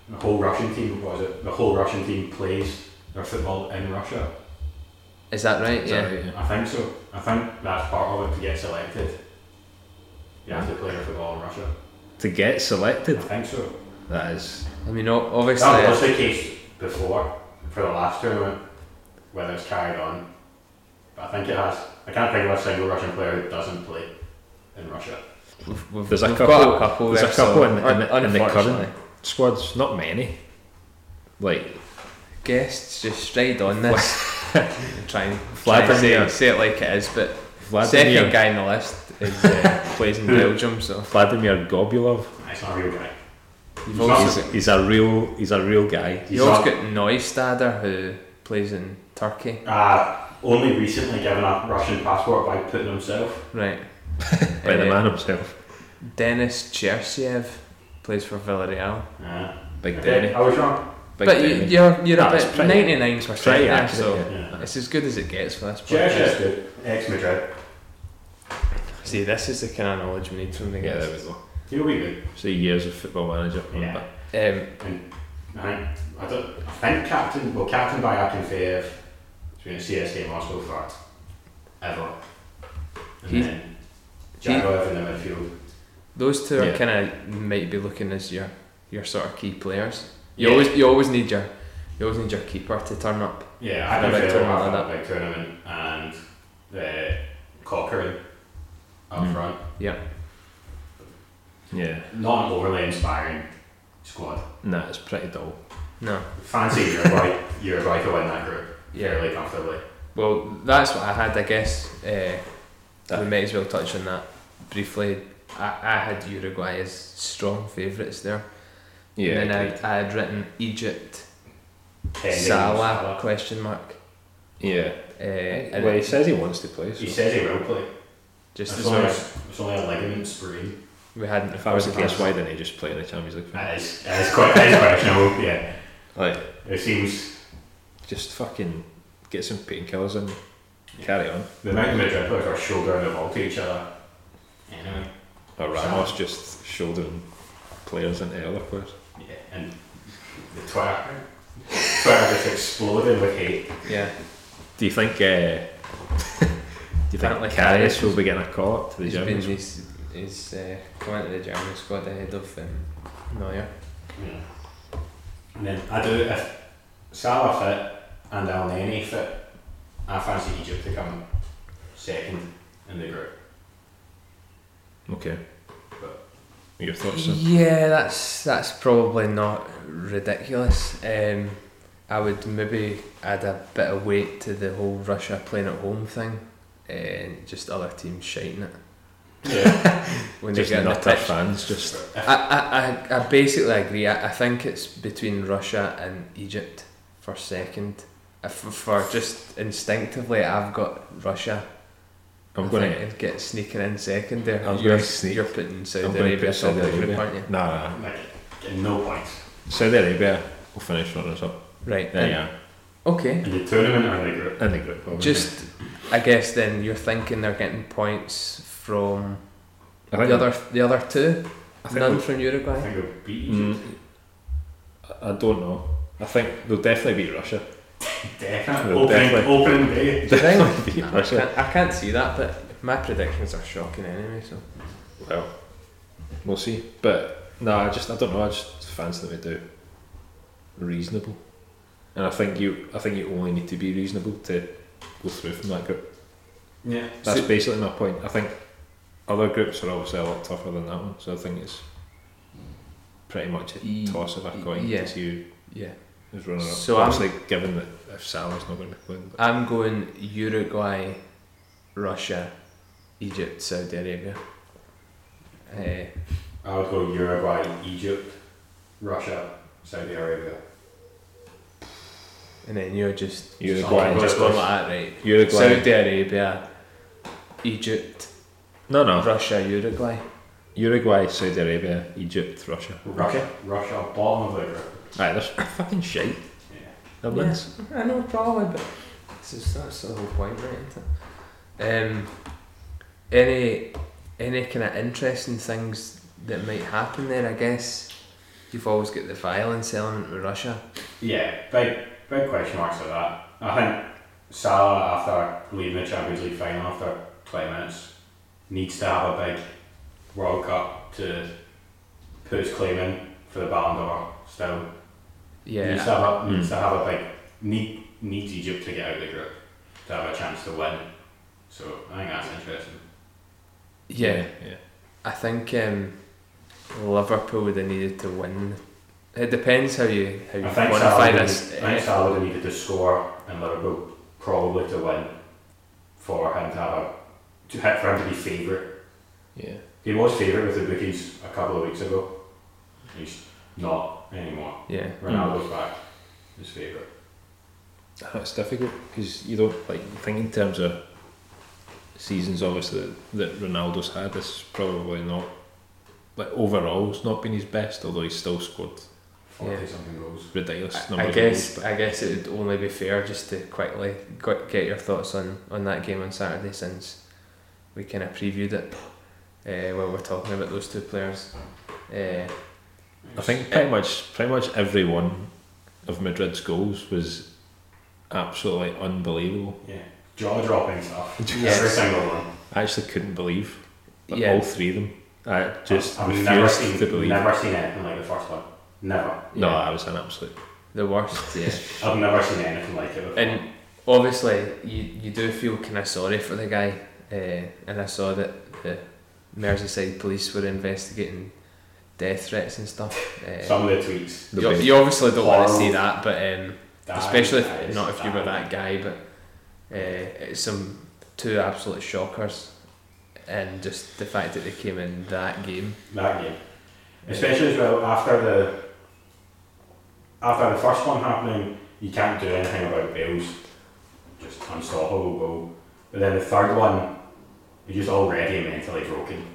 Speaker 3: The whole Russian team, what was it? The whole Russian team plays their football in Russia.
Speaker 1: Is that right?
Speaker 2: Is
Speaker 1: yeah.
Speaker 2: that right?
Speaker 3: I think so. I think that's part of it to get selected. You have to play your football in Russia.
Speaker 2: To get
Speaker 3: I
Speaker 2: selected,
Speaker 3: think so.
Speaker 2: that is.
Speaker 1: I mean, o- obviously. uh,
Speaker 3: That was the case before, for the last tournament, whether it's carried on. But I think it has. I can't think of a single Russian player who doesn't play in Russia.
Speaker 1: We've, we've,
Speaker 2: There's a
Speaker 1: we've
Speaker 2: couple-
Speaker 1: Got a couple
Speaker 2: there's a
Speaker 1: there, so
Speaker 2: couple in the- in the-
Speaker 1: un-
Speaker 2: in the current-
Speaker 1: unfortunately.
Speaker 2: Squads, not many. Like [LAUGHS]
Speaker 1: guests just stride on this. [LAUGHS] and try and, try and
Speaker 2: Vladimir.
Speaker 1: say, say it like it is, but second
Speaker 2: Vladimir,
Speaker 1: guy on the list is
Speaker 2: [LAUGHS]
Speaker 1: uh, plays in Belgium. So
Speaker 2: Vladimir Gobulov.
Speaker 3: It's not a real guy.
Speaker 1: you've
Speaker 3: He's
Speaker 1: also
Speaker 2: He's, he's a real, he's a real guy.
Speaker 3: He's
Speaker 1: you also
Speaker 3: not-
Speaker 1: got Neustadter who plays in Turkey,
Speaker 3: Uh, only recently given a Russian passport by Putin himself.
Speaker 1: right?
Speaker 2: [LAUGHS] By the
Speaker 1: Uh,
Speaker 2: man himself,
Speaker 1: Denis Cheryshev plays for Villarreal.
Speaker 3: Yeah.
Speaker 2: Big
Speaker 3: Okay,
Speaker 2: Denny.
Speaker 3: I was wrong.
Speaker 2: Big
Speaker 1: but you,
Speaker 2: Denny.
Speaker 1: you're you're
Speaker 2: That's
Speaker 1: about
Speaker 2: pretty-
Speaker 1: ninety nine percent
Speaker 2: Pretty
Speaker 1: there,
Speaker 2: accurate,
Speaker 1: so
Speaker 2: yeah.
Speaker 1: it's as good as it gets for this.
Speaker 3: Church
Speaker 1: podcast.
Speaker 3: is good. Ex Madrid.
Speaker 1: See, this is the kind of knowledge we need from the
Speaker 2: Yeah, there
Speaker 1: guys.
Speaker 2: we go.
Speaker 3: He'll be good.
Speaker 2: So years of football manager.
Speaker 3: Yeah.
Speaker 2: but
Speaker 1: Um,
Speaker 3: And I think, I, don't, I think captain, well, captain by Akinfeev, has been a CSK Moscow for ever. And
Speaker 1: He's-
Speaker 3: then Jagoev in the midfield.
Speaker 1: those two
Speaker 2: Yeah.
Speaker 1: are kind of might be looking as your your sort of key players. You
Speaker 3: Yeah.
Speaker 1: always you always need your you always need your keeper to turn up.
Speaker 3: Yeah, I
Speaker 1: For a
Speaker 3: think
Speaker 1: big
Speaker 3: they
Speaker 1: tournament
Speaker 3: have
Speaker 1: like
Speaker 3: that big tournament and uh, Cochrane up
Speaker 2: Mm.
Speaker 3: front.
Speaker 2: yeah,
Speaker 3: Not an overly inspiring squad.
Speaker 2: nah, it's pretty dull.
Speaker 1: No,
Speaker 3: Fancy Uruguay, Uruguay to win that group
Speaker 1: yeah.
Speaker 3: fairly comfortably.
Speaker 1: Well, that's what I had. I guess uh, we
Speaker 2: That-
Speaker 1: might as well touch on that briefly. I, I had Uruguay as strong favourites there,
Speaker 2: Yeah,
Speaker 1: and then
Speaker 2: agreed.
Speaker 1: I, I had written Egypt
Speaker 3: Pending
Speaker 1: Salah question mark.
Speaker 2: yeah.
Speaker 1: Uh, and
Speaker 2: well, he says he wants to play. So.
Speaker 3: He says he will play.
Speaker 1: just as
Speaker 3: it's, only,
Speaker 1: well,
Speaker 3: it's only a ligament sprain.
Speaker 1: we hadn't.
Speaker 2: if I was a guess,
Speaker 3: against-
Speaker 2: why didn't he just play in the Champions League? Final?
Speaker 3: That is, that is quite that is questionable. Yeah,
Speaker 2: Like,
Speaker 3: it seems
Speaker 2: just fucking get some painkillers and carry on.
Speaker 3: the amount of Madrid players are shouldering the ball to each other. Anyway,
Speaker 2: Or Ramos just shouldering players into other players.
Speaker 3: yeah, and the Twitter, Twitter just exploded with hate.
Speaker 1: Yeah,
Speaker 2: Do you think? Uh, [LAUGHS] do you
Speaker 1: Apparently
Speaker 2: think Karius
Speaker 1: Karius
Speaker 2: will be getting a call up to the
Speaker 1: he's been
Speaker 2: Germans?
Speaker 1: he's, he's uh, coming to the German squad ahead of um, Neuer.
Speaker 3: Yeah. And then I do if Salah fit and Al Neni fit, I fancy Egypt to come second in the group.
Speaker 2: Okay.
Speaker 3: But-
Speaker 2: Your thoughts? Sam?
Speaker 1: Yeah, that's that's probably not ridiculous. Um, I would maybe add a bit of weight to the whole Russia playing at home thing, and just other teams shiting it
Speaker 3: Yeah.
Speaker 1: when
Speaker 2: Just
Speaker 1: they get on the
Speaker 2: not our
Speaker 1: pitch.
Speaker 2: fans. Just
Speaker 1: I, I, I, I basically agree. I, I think it's between Russia and Egypt for second. If, for just instinctively, I've got Russia.
Speaker 2: I'm
Speaker 1: I
Speaker 2: going to.
Speaker 1: think, get sneaking in second there.
Speaker 2: I was
Speaker 1: you're,
Speaker 2: gonna sneak-
Speaker 1: you're putting Saudi
Speaker 2: I'm gonna
Speaker 1: Arabia
Speaker 2: put
Speaker 1: in
Speaker 2: Saudi
Speaker 1: the group,
Speaker 2: Arabia.
Speaker 1: aren't you?
Speaker 2: Nah, nah.
Speaker 3: like, get no points.
Speaker 2: Saudi Arabia will finish runners up.
Speaker 1: Right.
Speaker 2: There
Speaker 1: and-
Speaker 2: you are.
Speaker 1: Okay.
Speaker 3: In the tournament or in the group?
Speaker 2: In the group. Obviously.
Speaker 1: Just, I guess then you're thinking they're getting points from
Speaker 2: I think
Speaker 1: the other the other two,
Speaker 2: I think
Speaker 1: none
Speaker 2: we-
Speaker 1: from
Speaker 3: I
Speaker 2: [LAUGHS]
Speaker 1: Uruguay.
Speaker 3: think it'll beat Egypt.
Speaker 2: Mm, I- I don't know. I think they'll definitely beat Russia.
Speaker 3: Definitely.
Speaker 2: Well,
Speaker 3: Opening,
Speaker 2: Oh, definitely.
Speaker 3: opening day.
Speaker 1: Do you think?
Speaker 2: [LAUGHS] Definitely beat
Speaker 1: I
Speaker 2: Russia.
Speaker 1: can't, I can't see that, but My predictions are shocking anyway, so
Speaker 2: Well, we'll see. But no, I just I don't know. I just fancy that we do reasonable, and I think you I think you only need to be reasonable to go through from that group.
Speaker 3: Yeah.
Speaker 2: That's
Speaker 1: So-
Speaker 2: basically my point. I think other groups are obviously a lot tougher than that one, so I think it's pretty much a
Speaker 1: Ye-
Speaker 2: toss of a coin
Speaker 1: E- yeah.
Speaker 2: to see who
Speaker 1: yeah.
Speaker 2: is runner up.
Speaker 1: So
Speaker 2: So
Speaker 1: I'm-
Speaker 2: obviously, given that if Salah's not going to be playing, but
Speaker 1: I'm going Uruguay, Russia, Egypt, Saudi Arabia. Eh,
Speaker 3: I would go Uruguay, Egypt, Russia, Saudi Arabia.
Speaker 1: and then you're just
Speaker 2: Uruguay,
Speaker 1: you're just going
Speaker 3: Just-
Speaker 1: like that, right?
Speaker 2: Uruguay,
Speaker 1: Saudi Arabia, Egypt,
Speaker 2: no, no,
Speaker 1: Russia, Uruguay.
Speaker 2: Uruguay, Saudi Arabia, Egypt, Russia.
Speaker 3: Russia, Russia, bottom of the group.
Speaker 2: Right, that's fucking shite.
Speaker 3: Yeah.
Speaker 2: Netherlands.
Speaker 1: I know, probably, but this is, that's the whole point, right? Isn't it? Um, any any kind of interesting things that might happen there, I guess. You've always got the violence element with Russia.
Speaker 3: Yeah, big big question marks at that. I think Salah after leaving the Champions League final after twenty minutes needs to have a big World Cup to put his claim in for the Ballon d'Or still. Needs, to
Speaker 1: Yeah,
Speaker 3: have a,
Speaker 2: Mm.
Speaker 3: needs to have a big need needs Egypt to get out of the group to have a chance to win. So I think that's interesting.
Speaker 1: yeah.
Speaker 2: yeah.
Speaker 1: I think um, Liverpool would have needed to win. It depends how you how you
Speaker 3: I think Salah,
Speaker 1: quantify
Speaker 3: would have-
Speaker 1: this.
Speaker 3: I think
Speaker 1: Eh,
Speaker 3: Salah would have needed to score and Liverpool probably to win for him to have a to hit for him to be favourite.
Speaker 2: Yeah.
Speaker 3: He was favourite with the bookies a couple of weeks ago. He's not anymore.
Speaker 1: yeah,
Speaker 3: Ronaldo's back. His favourite.
Speaker 2: Uh, It's difficult because you don't like think in terms of seasons. Obviously, that, that Ronaldo's had is probably not like overall. It's not been his best, although he's still scored
Speaker 3: Forty
Speaker 1: Yeah.
Speaker 3: something goals.
Speaker 2: ridiculous
Speaker 1: I,
Speaker 2: numbers.
Speaker 1: I
Speaker 2: of
Speaker 1: guess
Speaker 2: goals,
Speaker 1: I guess it would only be fair just to quickly quick get your thoughts on, on that game on Saturday since we kind of previewed it uh, while we're talking about those two players. Uh,
Speaker 2: but I think pretty much pretty much every one of Madrid's goals was absolutely unbelievable.
Speaker 3: Yeah. Jaw dropping stuff.
Speaker 1: Yes.
Speaker 3: Every single one.
Speaker 2: I actually couldn't believe like,
Speaker 1: Yeah.
Speaker 2: all three of them. I just
Speaker 3: I've never
Speaker 2: refused
Speaker 3: seen
Speaker 2: to believe.
Speaker 3: never seen anything like the first one. Never.
Speaker 2: No,
Speaker 1: yeah,
Speaker 2: I was an absolute.
Speaker 1: the worst. Yeah.
Speaker 3: I've never seen anything like it before.
Speaker 1: And obviously, you, you do feel kind of sorry for the guy. Uh, and I saw that the Merseyside police were investigating death threats and stuff. Uh,
Speaker 3: Some of the tweets.
Speaker 2: The
Speaker 1: you,
Speaker 2: big-
Speaker 1: you obviously don't want to see
Speaker 3: Horrible.
Speaker 1: that, but um,
Speaker 3: That
Speaker 1: especially
Speaker 3: is-
Speaker 1: if, not if you were that
Speaker 3: that.
Speaker 1: guy. But uh, it's some two absolute shockers, and just the fact that they came in that game.
Speaker 3: That game. Especially as well after the after the first one happening, you can't do anything about Bales. Just unstoppable goal. But then the third one, you're just already mentally broken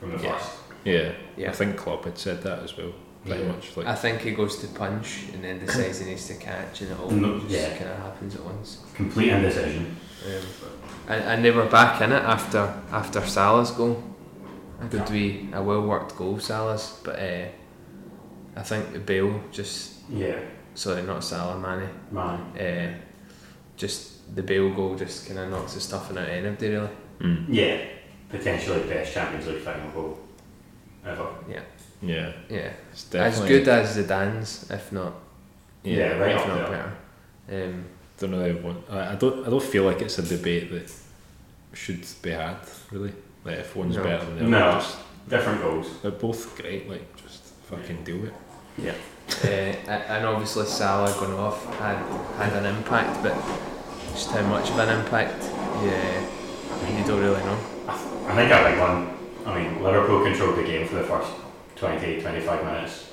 Speaker 3: from the
Speaker 1: Yeah.
Speaker 3: first.
Speaker 2: Yeah,
Speaker 1: Yeah.
Speaker 2: I think Klopp had said that as well. Pretty
Speaker 1: Yeah.
Speaker 2: much like
Speaker 1: I think he goes to punch and then decides he needs to catch, and it all
Speaker 3: No,
Speaker 1: just
Speaker 3: Mm, yeah.
Speaker 1: kind of happens at once.
Speaker 3: Complete indecision.
Speaker 1: Um, and, and they were back in it after after Salah's goal. A good wee, a well worked goal, Salah's. But uh, I think the Bale just
Speaker 3: Yeah,
Speaker 1: sorry, not Salah, Manny.
Speaker 3: man.
Speaker 1: Uh, just the Bale goal just kind of knocks the stuffing out of anybody really.
Speaker 2: Mm.
Speaker 3: Yeah, potentially best Champions League final goal ever.
Speaker 2: yeah,
Speaker 1: Yeah,
Speaker 2: it's definitely
Speaker 1: as good as the Dan's, if not,
Speaker 2: Yeah,
Speaker 3: Yeah, right
Speaker 1: if
Speaker 3: up
Speaker 1: not
Speaker 3: there.
Speaker 1: better. Um,
Speaker 2: don't really want. I, I don't. I don't feel like it's a debate that should be had. Really, like if one's
Speaker 1: No.
Speaker 2: better than the other,
Speaker 3: No.
Speaker 2: just,
Speaker 3: Different goals.
Speaker 2: they're both great. Like just fucking do it.
Speaker 1: uh, and obviously Salah going off had had an impact, but just how much of an impact, yeah, you don't really know.
Speaker 3: I I think a big one. I mean, Liverpool controlled the game for the first 20, 25 minutes.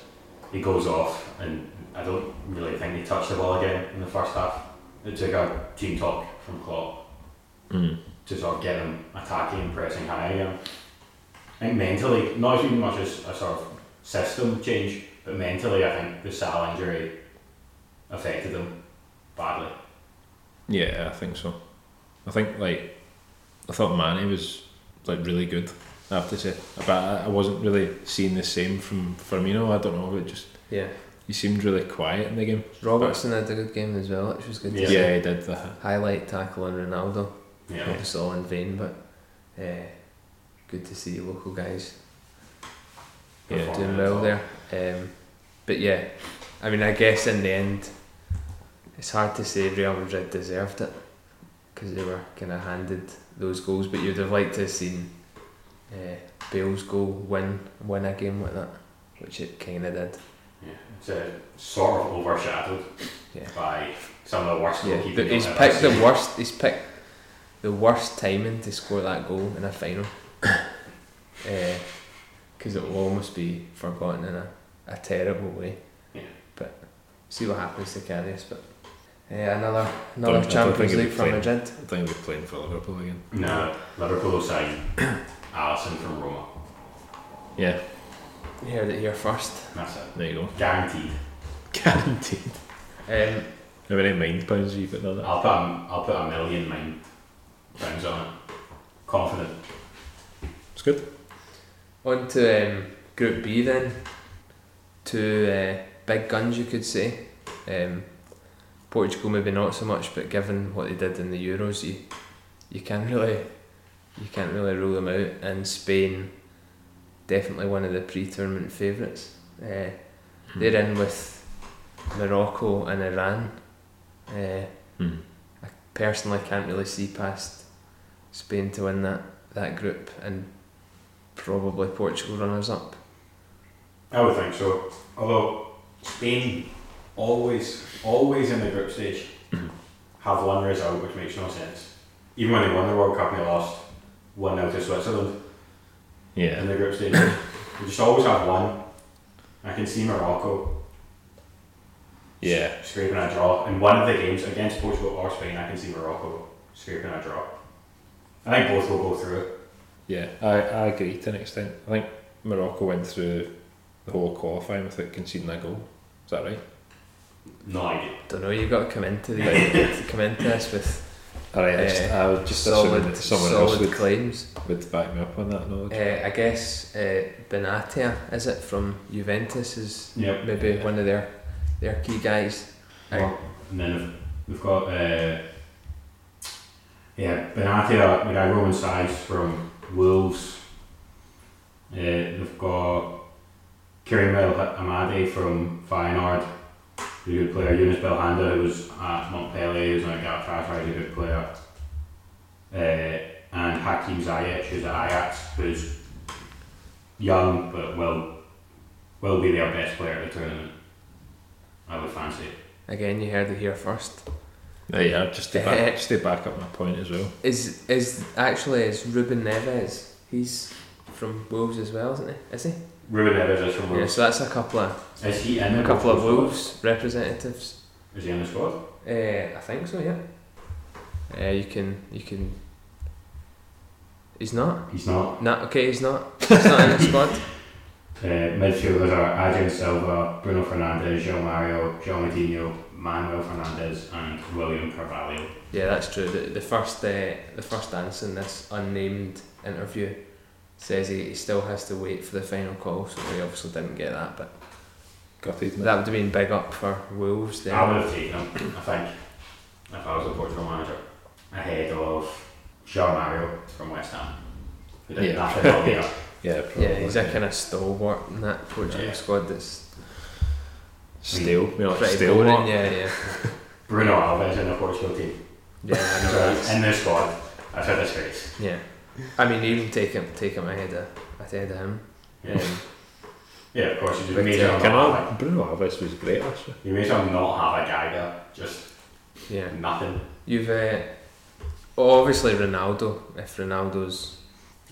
Speaker 3: He goes off, and I don't really think he touched the ball again in the first half. It took a team talk from Klopp
Speaker 1: Hmm.
Speaker 2: Mm.
Speaker 3: to sort of get him attacking and pressing high again. I think mentally, not even much as a sort of system change, but mentally, I think the Sal injury affected him badly.
Speaker 2: Yeah, I think so. I think like I thought Manny was like really good. I have to say, but I, I wasn't really seeing the same from Firmino. I don't know. It just
Speaker 1: Yeah.
Speaker 2: he seemed really quiet in the game.
Speaker 1: Robertson had a good game as well, which was good to
Speaker 3: Yeah.
Speaker 1: see.
Speaker 2: Yeah, he did that.
Speaker 1: Highlight tackle on Ronaldo.
Speaker 3: Yeah.
Speaker 1: It was all in vain, but Uh, good to see local guys
Speaker 3: Performing
Speaker 1: doing
Speaker 3: at
Speaker 1: well
Speaker 3: top.
Speaker 1: there. Um, but yeah, I mean, I guess in the end, it's hard to say Real Madrid deserved it because they were kind of handed those goals. But you'd have liked to have seen uh, Bale's goal win win a game like that, which it kind of did.
Speaker 3: Yeah, it's uh, sort of overshadowed
Speaker 1: Yeah.
Speaker 3: by some of the worst
Speaker 1: Yeah,
Speaker 3: goalkeeping.
Speaker 1: but he's
Speaker 3: I've
Speaker 1: picked the
Speaker 3: seen.
Speaker 1: worst. He's picked the worst timing to score that goal in a final, [COUGHS] because it will almost be forgotten in a, a terrible way.
Speaker 3: Yeah.
Speaker 1: But see what happens to Carius. But yeah, another another
Speaker 2: Don't- I don't think
Speaker 1: Champions
Speaker 2: he'll be
Speaker 1: League for
Speaker 2: playing.
Speaker 1: Madrid.
Speaker 2: I think we're playing for Liverpool again.
Speaker 3: No, Liverpool will sign
Speaker 1: [COUGHS]
Speaker 3: Allison from Roma.
Speaker 2: Yeah,
Speaker 1: You heard it here first.
Speaker 3: That's it.
Speaker 2: there you go. [LAUGHS]
Speaker 3: Guaranteed.
Speaker 2: Guaranteed.
Speaker 1: Um,
Speaker 2: How many mind pounds have you put on that?
Speaker 1: Oh.
Speaker 3: I'll put a, I'll put a million mine pounds on it. Confident.
Speaker 2: It's good.
Speaker 1: on to um, Group B then. Two uh, big guns, you could say. Um, Portugal maybe not so much, but given what they did in the Euros, you you can really you can't really rule them out. And Spain, definitely one of the pre-tournament favourites. Uh, they're in with Morocco and Iran. Uh,
Speaker 2: Hmm.
Speaker 1: I personally can't really see past Spain to win that, that group and probably Portugal runners up.
Speaker 3: I would think so. Although Spain always, always in the group stage have one result, which makes no sense. Even when they won the World Cup, they lost one 0 to Switzerland in
Speaker 2: Yeah.
Speaker 3: the [LAUGHS] group stage. they just always have one. I can see Morocco
Speaker 2: Yeah.
Speaker 3: scraping a draw in one of the games against Portugal or Spain. I can see Morocco scraping a draw. I think both will go through it.
Speaker 2: Yeah. I, I agree to an extent. I think Morocco went through the whole qualifying without conceding a goal. Is that right?
Speaker 3: No idea.
Speaker 1: Don't know. You've got to come into the
Speaker 2: [LAUGHS]
Speaker 1: to come into this with
Speaker 2: Alright, I just, I was just assuming
Speaker 1: solid
Speaker 2: that someone else
Speaker 1: solid
Speaker 2: would,
Speaker 1: claims.
Speaker 2: would back me up on that knowledge.
Speaker 1: Uh, I guess uh, Benatia is it from Juventus is
Speaker 3: Yep.
Speaker 1: maybe one of their their key guys. Aye.
Speaker 3: Well, and then we've- we've got uh, yeah, Benatia, you know, Roman size from Wolves. Uh, we've got Karim El Amadi from Feyenoord, who's a good player. Yunus Belhanda, who was at Montpellier, who's now at Galatasaray, who's a good player. Uh, and Hakim Ziyech, who's at Ajax, who's young but will will be their best player at the tournament. I would fancy.
Speaker 1: Again, you heard it here first.
Speaker 2: There you are, just to back, just to back up my point as well.
Speaker 1: Is is actually is Ruben Neves? He's from Wolves as well, isn't he? Is he?
Speaker 3: Ruben Neves is from
Speaker 1: Yeah.
Speaker 3: Wolves.
Speaker 1: So that's a couple of
Speaker 3: Is he in
Speaker 1: a
Speaker 3: the
Speaker 1: couple of
Speaker 3: squad?
Speaker 1: Wolves representatives.
Speaker 3: Is he in the squad?
Speaker 1: Uh, I think so. Yeah. Uh, you can. You can. He's not.
Speaker 3: He's not.
Speaker 1: No. Okay. He's not. He's not in the squad.
Speaker 3: Uh, midfielders are Adrian Silva, Bruno Fernandes, João Mario, João Medinho, Manuel Fernandes, and William Carvalho.
Speaker 1: Yeah, that's true. The, the first. Uh, the first answer in this unnamed interview says he, he still has to wait for the final call, so he obviously didn't get that. But
Speaker 2: Gutted.
Speaker 1: that would have been big up for Wolves. There.
Speaker 3: I would have taken him, I think, if I was a Portugal manager, ahead of João Mario from West Ham. Who did
Speaker 2: Yeah.
Speaker 3: nothing
Speaker 1: [LAUGHS]
Speaker 3: all year.
Speaker 2: Yeah, probably.
Speaker 1: yeah, he's a kind of stalwart in that Portugal
Speaker 3: Yeah.
Speaker 1: squad. That's
Speaker 2: Stale. We're like
Speaker 1: pretty
Speaker 2: stale.
Speaker 1: boring.
Speaker 2: one.
Speaker 1: Yeah, yeah,
Speaker 3: Bruno Alves in the Portugal team.
Speaker 1: yeah. I know
Speaker 3: So
Speaker 1: that's-
Speaker 3: he's in the squad. That's a disgrace.
Speaker 1: Yeah, I mean, even take him, take him ahead of, ahead of him.
Speaker 3: Yeah,
Speaker 1: Um,
Speaker 3: yeah of course, you
Speaker 1: But,
Speaker 3: just made him
Speaker 2: Can
Speaker 3: not,
Speaker 2: I, Bruno Alves was great last year.
Speaker 3: you made him not have a Geiger, just
Speaker 1: yeah.
Speaker 3: nothing.
Speaker 1: You've uh, obviously Ronaldo. If Ronaldo's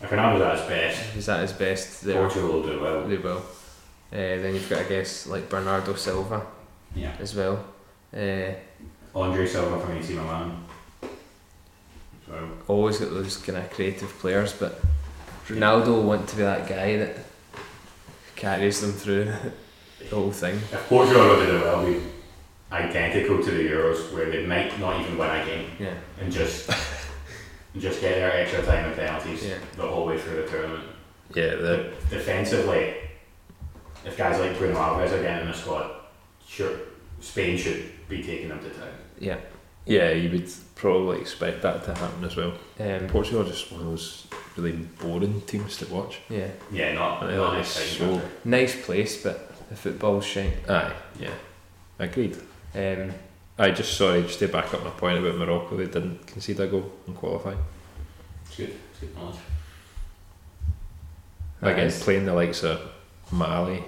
Speaker 3: If Ronaldo's at his best,
Speaker 1: is at his best, there
Speaker 3: Portugal will do well.
Speaker 1: they will. Uh, then you've got I guess like Bernardo Silva
Speaker 3: Yeah.
Speaker 1: as well. Uh,
Speaker 3: Andre Silva from AC Milan. So,
Speaker 1: always got those kind of creative players, but Ronaldo will want to be that guy that carries them through the whole thing.
Speaker 3: if Portugal will do well, it'll be identical to the Euros, where they might not even win a game
Speaker 1: Yeah, [LAUGHS]
Speaker 3: and just and just get their extra time and penalties
Speaker 1: yeah.
Speaker 3: the whole way through the tournament.
Speaker 2: Yeah, the,
Speaker 3: But defensively, if guys like Bruno Alves are getting in the squad, sure, Spain should be taking them to town.
Speaker 1: Yeah,
Speaker 2: Yeah, you would probably expect that to happen as well.
Speaker 1: Um,
Speaker 2: Portugal are just one of those really boring teams to watch.
Speaker 1: yeah,
Speaker 3: Yeah, not,
Speaker 2: Yeah,
Speaker 3: not an
Speaker 2: it's
Speaker 3: exciting
Speaker 2: so-
Speaker 3: country.
Speaker 1: nice place, but the football's shite.
Speaker 2: Aye, yeah, agreed.
Speaker 1: Um,
Speaker 2: I just sorry, just to back up my point about Morocco, they didn't concede a goal in qualifying.
Speaker 3: It's good. It's good knowledge.
Speaker 1: that
Speaker 2: Again,
Speaker 1: is-
Speaker 2: playing the likes of Mali,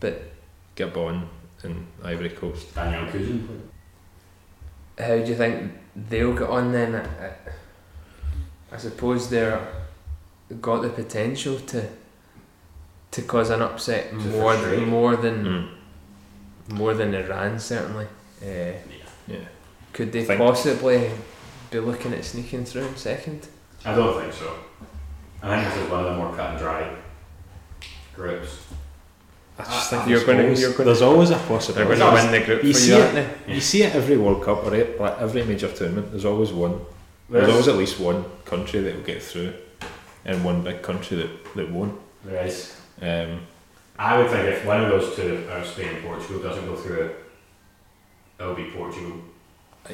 Speaker 1: But-
Speaker 2: Gabon and Ivory Coast.
Speaker 3: Daniel Cousin.
Speaker 1: how do you think they'll get on then? I, I- I suppose they're got the potential to to cause an upset
Speaker 3: To
Speaker 1: more
Speaker 3: frustrate.
Speaker 1: than more than
Speaker 2: Mm.
Speaker 1: more than Iran certainly. Uh,
Speaker 2: Yeah,
Speaker 1: could they
Speaker 2: Think-
Speaker 1: possibly be looking at sneaking through in second?
Speaker 3: I don't think so. I think this is one of the more cut and dry groups.
Speaker 2: I just
Speaker 3: I-
Speaker 2: think
Speaker 3: I-
Speaker 2: you're
Speaker 3: there's
Speaker 2: going
Speaker 3: always-
Speaker 2: to. There's always a possibility.
Speaker 3: gonna win
Speaker 1: the group
Speaker 2: You
Speaker 1: for
Speaker 2: see
Speaker 1: you,
Speaker 2: it.
Speaker 1: aren't they?
Speaker 2: You see it every World Cup or e- like every major tournament. There's always one. There's always
Speaker 3: There's,
Speaker 2: at least one country that will get through, and one big country that, that won't.
Speaker 3: there is.
Speaker 2: Um,
Speaker 3: I would think if one of those two, uh, Spain and Portugal, doesn't go through it, it'll be Portugal.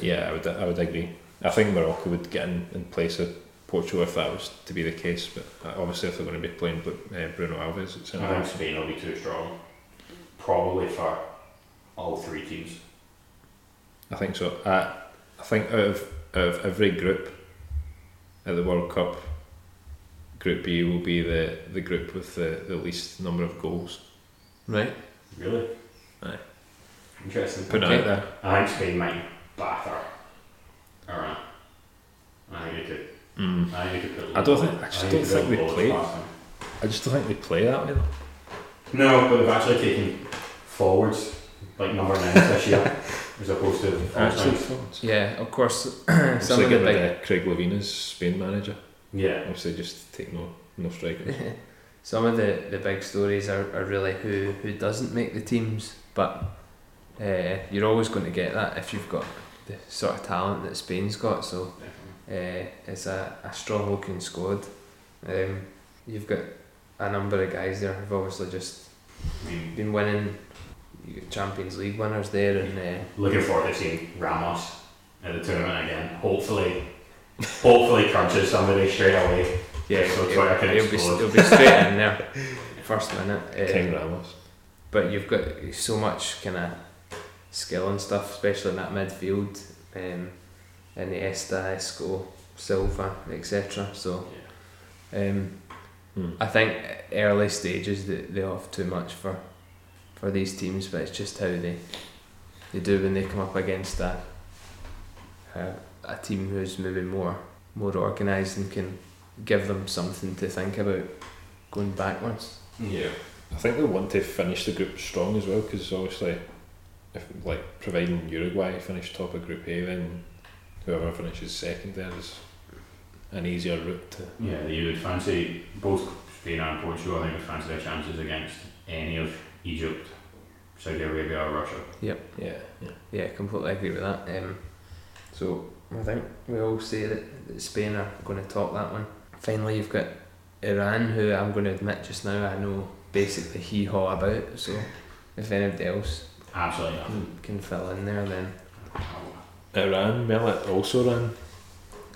Speaker 2: yeah, I would I would agree. I think Morocco would get in, in place of Portugal if that was to be the case. But uh, obviously, if they're going to be playing Bru- uh, Bruno Alves, it's
Speaker 3: I think
Speaker 2: another.
Speaker 3: Spain will be too strong. Probably for all three teams.
Speaker 2: I think so. I, I think out of out of every group at the World Cup, Group B will be the, the group with the, the least number of goals.
Speaker 1: Right.
Speaker 3: Really?
Speaker 2: Aye.
Speaker 3: Interesting.
Speaker 2: Put it
Speaker 1: Okay.
Speaker 2: out there.
Speaker 3: I think Spain might batter Iran. I think they could.
Speaker 2: Mm.
Speaker 3: I think they could put.
Speaker 2: I don't think- I just
Speaker 3: think
Speaker 2: don't think
Speaker 3: they'll
Speaker 2: they
Speaker 3: blow
Speaker 2: play.
Speaker 3: past them.
Speaker 2: I just don't think they play that way. though.
Speaker 3: No, but they've actually taken forwards like number nine this [LAUGHS] year, as opposed to false
Speaker 2: Actually,
Speaker 3: nines.
Speaker 2: thoughts.
Speaker 1: Yeah, of course. [CLEARS THROAT]
Speaker 2: It's
Speaker 1: some
Speaker 2: like
Speaker 1: of the
Speaker 2: getting
Speaker 1: big
Speaker 2: rid of Craig Levine as Spain manager.
Speaker 3: Yeah,
Speaker 2: Obviously, just take no
Speaker 1: [LAUGHS]
Speaker 2: no strikers.
Speaker 1: some of the, the big stories are, are really who, who doesn't make the teams, but uh, you're always going to get that if you've got the sort of talent that Spain's got. So
Speaker 3: definitely.
Speaker 1: uh, it's a, a strong looking squad. Um, you've got a number of guys there who've obviously just
Speaker 3: I mean,
Speaker 1: been winning. You got Champions League winners there, and uh,
Speaker 3: looking forward to seeing Ramos at the tournament again. Hopefully, hopefully crunches somebody straight away.
Speaker 1: yeah,
Speaker 3: So it's
Speaker 1: he'll,
Speaker 3: like I can
Speaker 1: he'll be
Speaker 3: explode.
Speaker 1: he'll be straight in
Speaker 3: [LAUGHS]
Speaker 1: there first minute. uh,
Speaker 2: King Ramos.
Speaker 1: but you've got so much kind of skill and stuff, especially in that midfield, um, and the Esta, Esco, Silva, etc. So
Speaker 3: Yeah.
Speaker 1: um,
Speaker 2: Hmm.
Speaker 1: I think early stages they they off too much for for these teams, but it's just how they they do when they come up against a a, a team who's maybe more more organised and can give them something to think about going backwards.
Speaker 3: yeah.
Speaker 2: I think they want to finish the group strong as well because obviously, if like providing Uruguay finish top of Group A, then whoever finishes second there is an easier route to.
Speaker 3: Yeah, you would fancy both Spain and Portugal. I think would fancy their chances against any of Egypt, Saudi Arabia, or Russia.
Speaker 2: Yeah, yeah.
Speaker 1: Yeah, completely agree with that. Um, so I think we all say that, that Spain are going to top that one. Finally, you've got Iran, who I'm going to admit just now I know basically hee haw about. So if anybody else
Speaker 3: Absolutely nothing.
Speaker 1: can fill in there, then Uh,
Speaker 2: Iran, Millet also ran.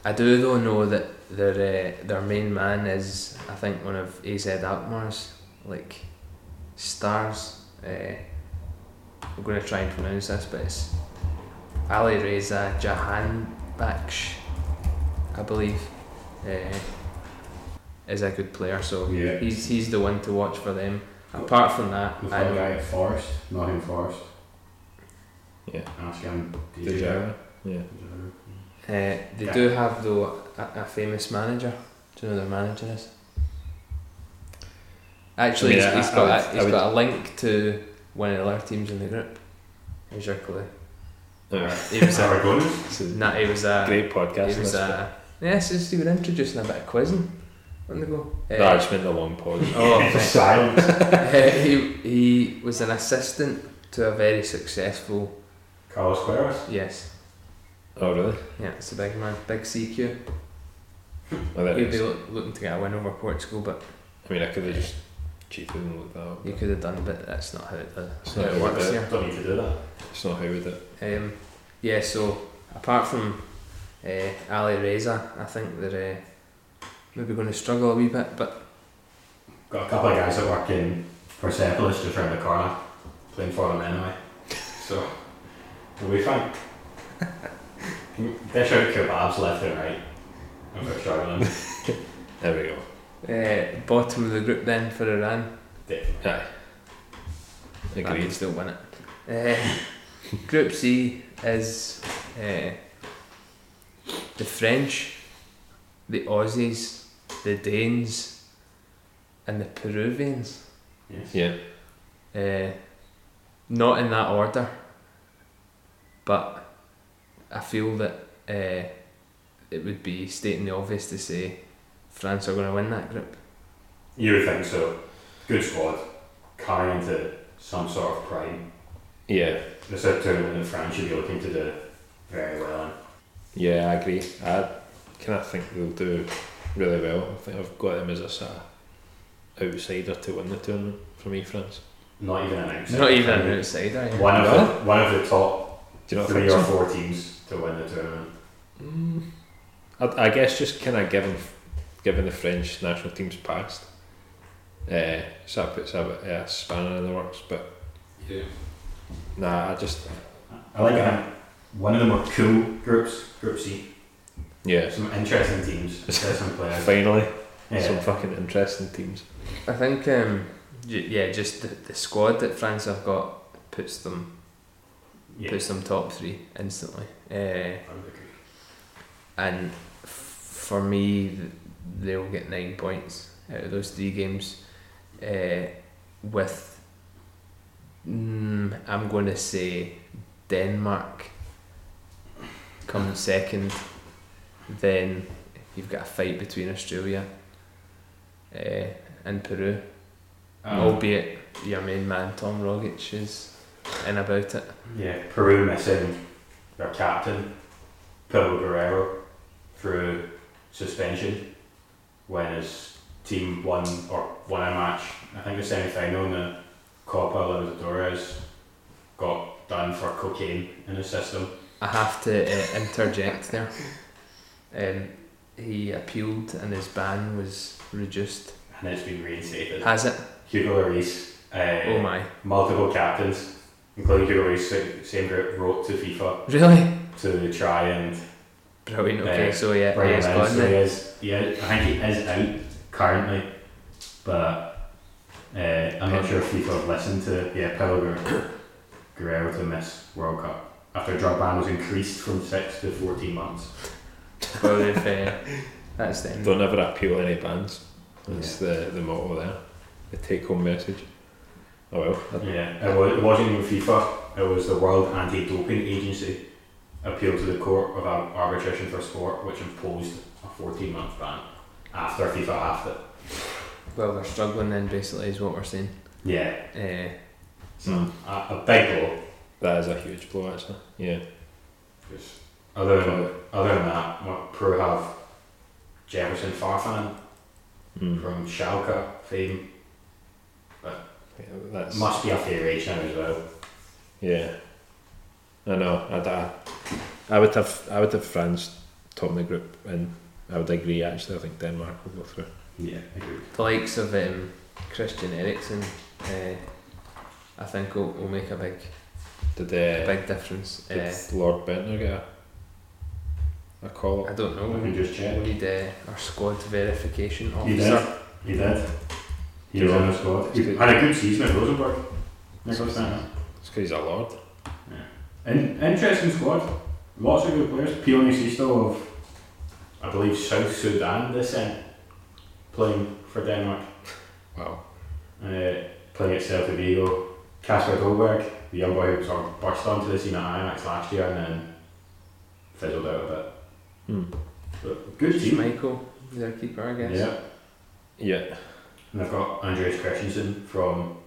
Speaker 1: I do though know that their uh, their main man is I think one of AZ Alkmaar's like stars. Uh, I'm going to try and pronounce this, but it's Ali Reza Jahan Baksh, I believe, uh, is a good player. So
Speaker 3: Yeah.
Speaker 1: he's he's the one to watch for them. Apart from that,
Speaker 3: We've
Speaker 1: I
Speaker 3: got a guy at Forest, Nottingham Forest.
Speaker 2: Yeah.
Speaker 3: Ask him.
Speaker 2: Did you? Yeah. Eh,
Speaker 1: Uh, they
Speaker 3: Yeah.
Speaker 1: do have though a, a famous manager. Do you know who their manager is? Actually,
Speaker 2: I mean,
Speaker 1: he's, he's
Speaker 2: I-
Speaker 1: got
Speaker 2: I
Speaker 1: a,
Speaker 2: would-
Speaker 1: he's
Speaker 2: I would-
Speaker 1: got a link to one of the other teams in the group. Here's your clue.
Speaker 2: Alright,
Speaker 1: He was a,
Speaker 3: Tarragonas.
Speaker 2: it's a
Speaker 1: nah, he was a,
Speaker 2: great
Speaker 1: he was
Speaker 2: podcast.
Speaker 1: uh,
Speaker 2: this bit.
Speaker 1: a, yes, it's- he was introducing a bit of quizzing on the go. Uh, [LAUGHS]
Speaker 2: no, I just meant the long pause.
Speaker 1: Oh,
Speaker 3: [LAUGHS]
Speaker 1: right.
Speaker 3: Silence.
Speaker 1: Uh, he, he was an assistant to a very successful,
Speaker 3: Carlos Queiroz.
Speaker 1: yes,
Speaker 2: Oh really?
Speaker 1: yeah, it's a big man, big CQ.
Speaker 2: Oh, that
Speaker 1: He'd
Speaker 2: is.
Speaker 1: be look, looking to get a win over Portugal, but
Speaker 2: I mean, I could have just cheated and looked that up.
Speaker 1: You could have done, but that's not how it,
Speaker 2: It's
Speaker 1: that's
Speaker 2: not
Speaker 1: how it
Speaker 2: how it
Speaker 3: er
Speaker 1: works
Speaker 2: is.
Speaker 1: here.
Speaker 3: Don't need to do that.
Speaker 2: It's not how we did it.
Speaker 1: Um, yeah, so apart from uh, Ali Reza, I think they're uh, maybe going to struggle a wee bit. But
Speaker 3: Got a couple of guys that work in Persepolis just round the corner, playing er for them anyway. So, we'll be fine. Can Dish out kebabs left and right. I'm for struggling.
Speaker 2: There we go.
Speaker 1: uh, bottom of the group then for Iran.
Speaker 3: Definitely.
Speaker 2: Aye.
Speaker 1: Iran
Speaker 2: Agreed.
Speaker 1: still win it. Uh, group C is uh, the French, the Aussies, the Danes, and the Peruvians.
Speaker 3: Yes.
Speaker 2: Yeah.
Speaker 1: Uh, not in that order, but I feel that uh, it would be stating the obvious to say France are going to win that group.
Speaker 3: You would think so. Good squad. Carrying into some sort of prime.
Speaker 2: Yeah.
Speaker 3: This is a tournament that France should be looking to do very well in.
Speaker 2: Yeah, I agree. I kind of think they'll do really well. I think I've got them as a sort of outsider to win the tournament for me, France.
Speaker 3: Not even an outside.
Speaker 1: Not even an outsider. yeah.
Speaker 3: One of,
Speaker 2: No.
Speaker 3: the, one of the top
Speaker 2: Do you not
Speaker 3: three
Speaker 2: think
Speaker 3: or
Speaker 2: so?
Speaker 3: four teams to win the tournament.
Speaker 2: Mm, I, I guess just kind of given given the French national team's past, uh, so it puts a bit of a spanner in the works. But
Speaker 3: Yeah.
Speaker 2: nah, I just
Speaker 3: I like that. One of the more cool groups, Group C.
Speaker 2: yeah.
Speaker 3: Some interesting
Speaker 2: [LAUGHS]
Speaker 3: teams, interesting players.
Speaker 2: Finally, some
Speaker 3: Yeah.
Speaker 2: fucking interesting teams.
Speaker 1: I think, um, j- yeah, just the, the squad that France have got puts them
Speaker 3: yeah.
Speaker 1: puts them top three instantly. Uh,
Speaker 3: I would agree.
Speaker 1: and f- for me, th- they'll get nine points out of those three games. Uh, with, mm, I'm going to say Denmark coming second. Then you've got a fight between Australia uh, and Peru,
Speaker 2: Oh.
Speaker 3: Um,
Speaker 1: albeit your main man Tom Rogic is in about it.
Speaker 3: yeah, Peru missing their captain, Pablo Guerrero, through suspension when his team won or won a match. I think the semi final in the Copa Libertadores got done for cocaine in his system.
Speaker 1: I have to uh, interject there. Um, he appealed and his ban was reduced.
Speaker 3: and it's been reinstated.
Speaker 1: Has it?
Speaker 3: Hugo Lloris, uh,
Speaker 1: Oh my.
Speaker 3: multiple captains, including Hugo Lloris, sa- same group, wrote to FIFA
Speaker 1: Really?
Speaker 3: to try and
Speaker 1: Brilliant. Okay,
Speaker 3: Yeah.
Speaker 1: so yeah,
Speaker 3: bring
Speaker 1: he's
Speaker 3: him in.
Speaker 1: gone
Speaker 3: So he
Speaker 1: then.
Speaker 3: is, yeah, I think he is out currently, but uh, I'm not sure if FIFA have listened to yeah Pablo Guer- Guerrero to miss World Cup after a drug ban was increased from six to fourteen months.
Speaker 1: Well, if, uh, that's them.
Speaker 3: Mm.
Speaker 2: Don't ever appeal any bans. That's the the motto there. The take home message. Oh well, I
Speaker 3: Yeah, it, was, it wasn't even FIFA. It was the World Anti-Doping Agency appealed to the court of ar- arbitration for sport, which imposed a 14-month ban after FIFA halved it.
Speaker 1: Well, they're struggling then, basically, is what we're saying.
Speaker 3: Yeah,
Speaker 1: Uh,
Speaker 3: so
Speaker 2: Mm.
Speaker 3: a, a big blow.
Speaker 2: That is a huge blow, actually. Yeah.
Speaker 3: Yes. Other than other than that, what Peru have Jefferson Farfan
Speaker 2: Mm.
Speaker 3: from Schalke fame.
Speaker 2: yeah that's
Speaker 3: Must be a fair age now as well.
Speaker 2: yeah. I know. I'd, I, I would have I would have France top in the group, and I would agree. Actually, I think Denmark will go through.
Speaker 3: Yeah, agreed.
Speaker 1: the likes of um, Christian Eriksen, uh, I think, will, will make a big
Speaker 2: Did uh,
Speaker 1: big difference.
Speaker 2: did
Speaker 1: Uh,
Speaker 2: Lord Bentner get a, a call?
Speaker 1: I
Speaker 2: up?
Speaker 1: don't know.
Speaker 3: We can just check.
Speaker 1: We need uh, our squad verification
Speaker 3: He
Speaker 1: officer.
Speaker 3: did. He did. He was on the squad. He had a good season at Rosenborg. Nicholas Bentner.
Speaker 2: It's 'cause he's a lord.
Speaker 3: In, interesting squad. Lots of good players. Pione Sisto of, I believe, South Sudan descent, playing for Denmark,
Speaker 2: Wow.
Speaker 3: uh, playing at Celta Vigo. Casper Dolberg, the young boy who sort of burst onto the scene at Ajax last year and then fizzled out a
Speaker 2: Hmm.
Speaker 3: bit. But good team.
Speaker 1: Michael, their keeper, I guess.
Speaker 3: Yeah.
Speaker 2: Yeah.
Speaker 3: And they've got Andreas Christensen from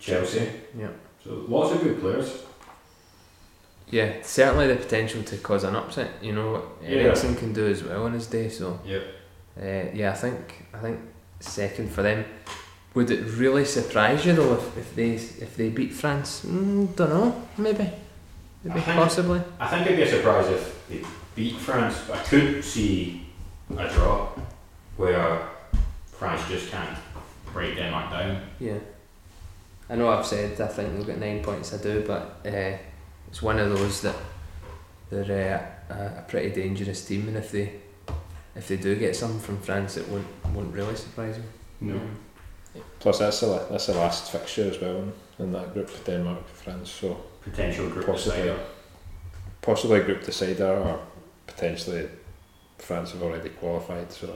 Speaker 3: Chelsea.
Speaker 1: Yeah.
Speaker 3: So lots of good players.
Speaker 1: Yeah, certainly the potential to cause an upset. You know what
Speaker 3: Yeah.
Speaker 1: Eriksen can do as well on his day. So
Speaker 3: Yep.
Speaker 1: uh, yeah, I think I think second for them. Would it really surprise you though if, if they if they beat France? Mm, don't know. Maybe,
Speaker 3: I
Speaker 1: maybe
Speaker 3: think-
Speaker 1: possibly.
Speaker 3: I think it'd be a surprise if they beat France, but I could see a draw where France just can't break Denmark down.
Speaker 1: Yeah. I know I've said I think they'll get nine points, I do, but uh, it's one of those that they're uh, a- a pretty dangerous team, and if they if they do get some from France, it won't won't really surprise me. Um,
Speaker 2: Plus, that's the la- that's the last fixture as well in, in that group: Denmark, France. So
Speaker 3: Potential group
Speaker 2: Possibly.
Speaker 3: decider.
Speaker 2: possibly a group decider, or potentially France have already qualified. So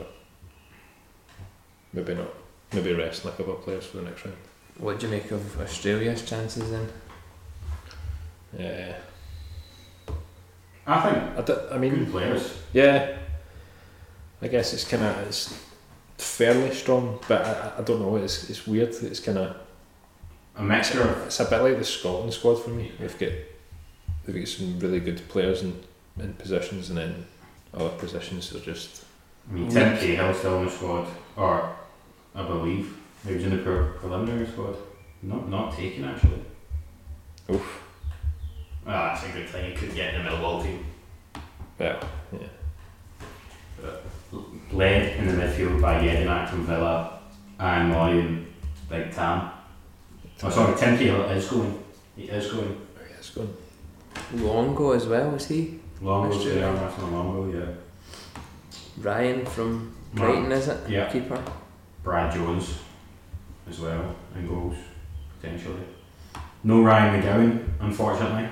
Speaker 2: maybe not. Maybe resting a couple of players for the next round.
Speaker 1: What do you make of Australia's chances then?
Speaker 2: Yeah,
Speaker 3: I think
Speaker 2: I, d- I mean,
Speaker 3: good players.
Speaker 2: yeah. I guess it's kind of it's fairly strong, but I, I- I don't know. It's it's weird. It's kind of
Speaker 3: A mixture of
Speaker 2: It's a bit like the Scotland squad for me. They've got they've got some really good players in, in positions, and then other positions are just
Speaker 3: I mean, Tim Cahill's still in the squad, or I believe he was in the pre- preliminary squad. Not not taken actually.
Speaker 2: Oof.
Speaker 3: Ah, that's a good thing. He could get in the Millwall team.
Speaker 2: well.
Speaker 3: Led in the midfield by Yedinak from Villa and William Big Tam. Oh, sorry, Tim Cahill is going. He is going.
Speaker 2: It's going.
Speaker 1: Longo as well, was he?
Speaker 3: Longo's
Speaker 1: Mr.
Speaker 3: there, I'm asking Longo, yeah.
Speaker 1: Ryan from
Speaker 3: Right.
Speaker 1: Brighton, is it?
Speaker 3: Yeah.
Speaker 1: Keeper.
Speaker 3: Brad Jones as well in goals, potentially. No Ryan McGowan, unfortunately.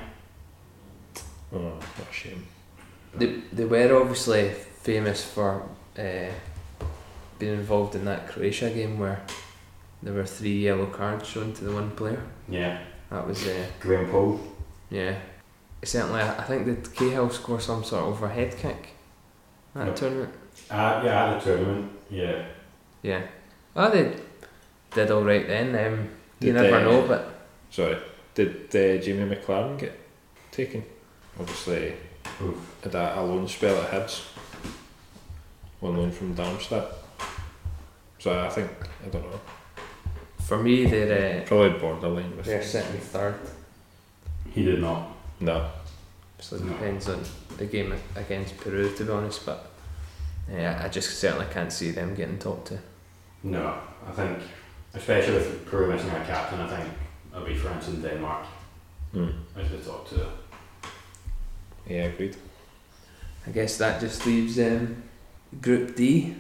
Speaker 2: Oh, what a shame.
Speaker 1: They, they were obviously famous for uh, being involved in that Croatia game where there were three yellow cards shown to the one player.
Speaker 3: Yeah,
Speaker 1: That was uh,
Speaker 3: Graham Paul.
Speaker 1: Yeah. Certainly, I I think did Cahill score some sort of overhead kick? That
Speaker 3: No.
Speaker 1: tournament?
Speaker 3: Uh, yeah, at the tournament. Yeah.
Speaker 1: Yeah. Oh, they did alright then. Um, you
Speaker 2: Did
Speaker 1: never
Speaker 2: they-
Speaker 1: know, but
Speaker 2: Sorry. Did uh, Jamie McLaren get taken? Obviously,
Speaker 3: Oof.
Speaker 2: had a, a loan spell at Hibs. One loan from Darmstadt. So I think I don't know.
Speaker 1: for me, they're, uh,
Speaker 2: Probably borderline with
Speaker 1: they're sitting third.
Speaker 3: He did not.
Speaker 2: no.
Speaker 1: So it
Speaker 3: No.
Speaker 1: depends on the game against Peru, to be honest. But yeah, I just certainly can't see them getting top two.
Speaker 3: No, I think, especially with Peru missing their captain, I think it'll be France and Denmark
Speaker 2: Hmm.
Speaker 3: as the top two.
Speaker 2: Yeah, agreed.
Speaker 1: I guess that just leaves um, Group D,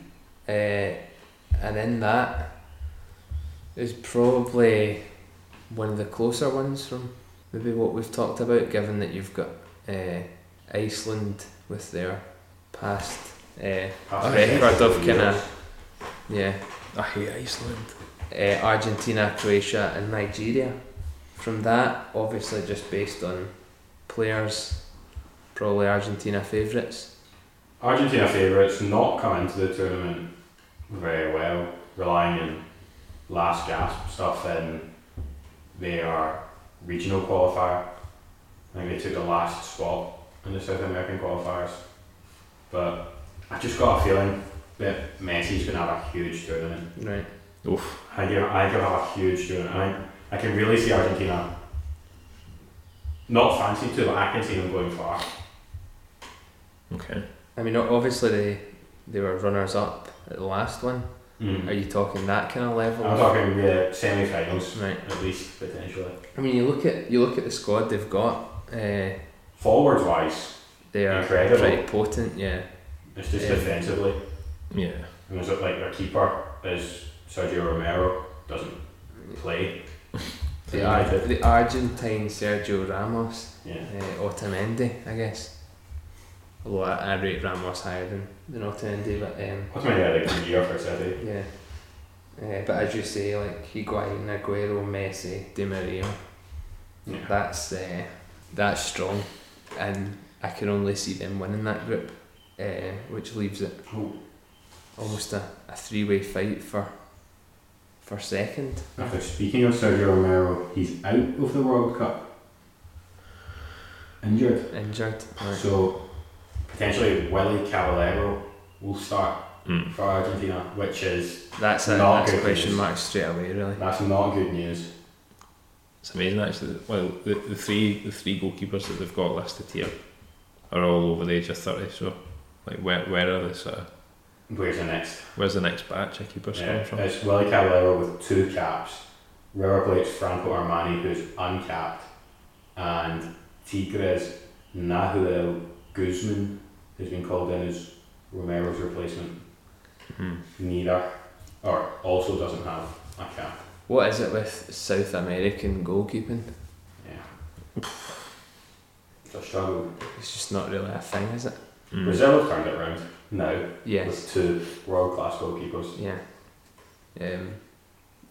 Speaker 1: uh, and in that is probably one of the closer ones from maybe what we've talked about, given that you've got uh, Iceland with their past, uh,
Speaker 3: Past
Speaker 1: Okay,
Speaker 3: the-
Speaker 1: right, Dove, can I- yeah,
Speaker 2: I hate Iceland.
Speaker 1: uh, Argentina, Croatia, and Nigeria. From that, obviously, just based on players, probably Argentina favourites.
Speaker 3: Argentina favourites not coming to the tournament very well, relying on last gasp stuff in their regional qualifier. I think they took the last spot in the South American qualifiers. But I just got a feeling that Messi's going to have a huge tournament.
Speaker 1: Right.
Speaker 3: I think he'll- I think he'll have a huge tournament. I, think- I can really see Argentina not fancy to, but I can see them going far.
Speaker 2: Okay.
Speaker 1: I mean, o- obviously they they were runners up at the last one. Are you talking that kind of level?
Speaker 3: Mm. I'm talking the semi-finals.
Speaker 1: right.
Speaker 3: at least potentially.
Speaker 1: I mean, you look at you look at the squad they've got. Uh,
Speaker 3: Forward wise,
Speaker 1: they are
Speaker 3: Incredible.
Speaker 1: pretty potent. Yeah.
Speaker 3: it's just
Speaker 1: Yeah.
Speaker 3: defensively.
Speaker 2: Yeah.
Speaker 3: And there's like their keeper is Sergio Romero doesn't play.
Speaker 1: The,
Speaker 3: Yeah, I
Speaker 1: Ar-
Speaker 3: did.
Speaker 1: the Argentine Sergio Ramos, uh,
Speaker 3: Yeah.
Speaker 1: Otamendi, I guess. Although I, I rate Ramos higher than, than Otamendi, but um,
Speaker 3: What's my idea like a year for City?
Speaker 1: yeah. Uh, but as you say, like Higuain, Aguero, Messi, Di Maria,
Speaker 3: Yeah.
Speaker 1: That's uh, that's strong, and I can only see them winning that group, uh, which leaves it
Speaker 3: Oh,
Speaker 1: almost a, a three way fight for for second.
Speaker 3: after speaking of Sergio Romero, he's out of the World Cup. Injured.
Speaker 1: Injured, right.
Speaker 3: So potentially Willie Caballero will start
Speaker 2: Mm.
Speaker 3: for Argentina, which is
Speaker 1: that's a,
Speaker 3: Not
Speaker 1: that's a
Speaker 3: good
Speaker 1: question
Speaker 3: news.
Speaker 1: mark straight away, really.
Speaker 3: that's not good news.
Speaker 2: It's amazing actually. that- Well, the, the three the three goalkeepers that they've got listed here are all over the age of thirty. So, like, where where are they? Sort of,
Speaker 3: Where's the next?
Speaker 2: where's the next batch of keepers
Speaker 3: Yeah,
Speaker 2: coming from?
Speaker 3: it's Willie Caballero with two caps, River Plate's Franco Armani, who's uncapped, and Tigres Nahuel Guzman, who's been called in as Romero's replacement.
Speaker 2: Hmm.
Speaker 3: Neither, or also doesn't have a cap.
Speaker 1: What is it with South American goalkeeping?
Speaker 3: Yeah. It's a struggle.
Speaker 1: It's just not really a thing, is it?
Speaker 2: Mm.
Speaker 3: Brazil have turned it round now
Speaker 1: Yes.
Speaker 3: with two world class goalkeepers.
Speaker 1: Yeah. Um,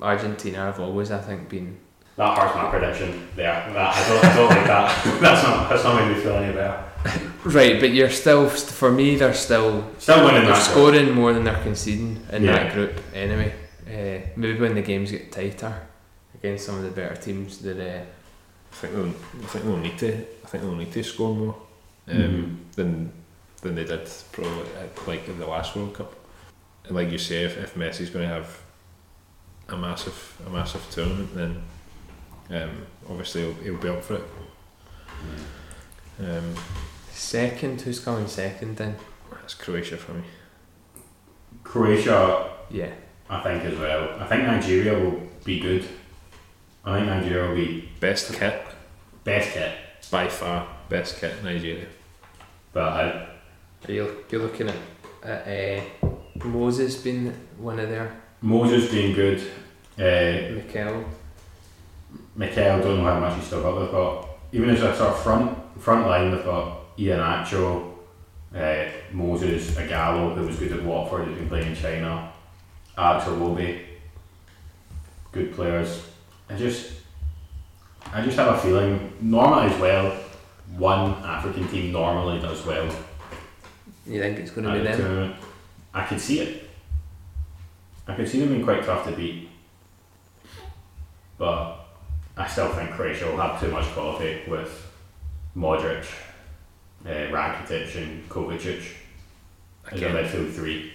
Speaker 1: Argentina have always, I think, been.
Speaker 3: That hurts my prediction there. That, I, don't, I don't like that. [LAUGHS] That's not, that's not made me feel any better.
Speaker 1: Right, but you're still, for me, they're still
Speaker 3: Still winning
Speaker 1: They're
Speaker 3: that. group.
Speaker 1: scoring more than they're conceding in
Speaker 3: Yeah.
Speaker 1: that group anyway. Uh, maybe when the games get tighter against some of the better teams, that uh,
Speaker 2: I think they'll, I think they'll need to. I think they'll need to score more um,
Speaker 3: Mhm.
Speaker 2: than than they did probably at, like in the last World Cup. And like you say, if, if Messi's going to have a massive a massive tournament, then um, obviously he'll, he'll be up for it. Um,
Speaker 1: second, who's coming second then?
Speaker 2: that's Croatia for me.
Speaker 3: Croatia,
Speaker 1: Yeah,
Speaker 3: I think as well. I think Nigeria will be good. I think Nigeria will be
Speaker 2: Best kit
Speaker 3: best hit,
Speaker 2: by far. Best kit Nigeria.
Speaker 3: but uh, I,
Speaker 1: are you you're looking at, at uh, Moses being one of their
Speaker 3: Moses being good. Uh,
Speaker 1: Mikel?
Speaker 3: Mikel, don't know how much he's still got. They've got even as a sort of front front line. They've got Ian Acho, uh, Moses Agallo, who was good at Watford, who's been playing in China. Alex Iwobi, good players. I just, I just have a feeling normally as well. One African team normally does well
Speaker 1: You think it's going to
Speaker 3: at
Speaker 1: be
Speaker 3: the
Speaker 1: them?
Speaker 3: tournament. uh, I could see it. I could see them being quite tough to beat. But I still think Croatia will have too much quality with Modric, uh, Rakitic, and Kovacic as a
Speaker 2: Again,
Speaker 3: midfield three.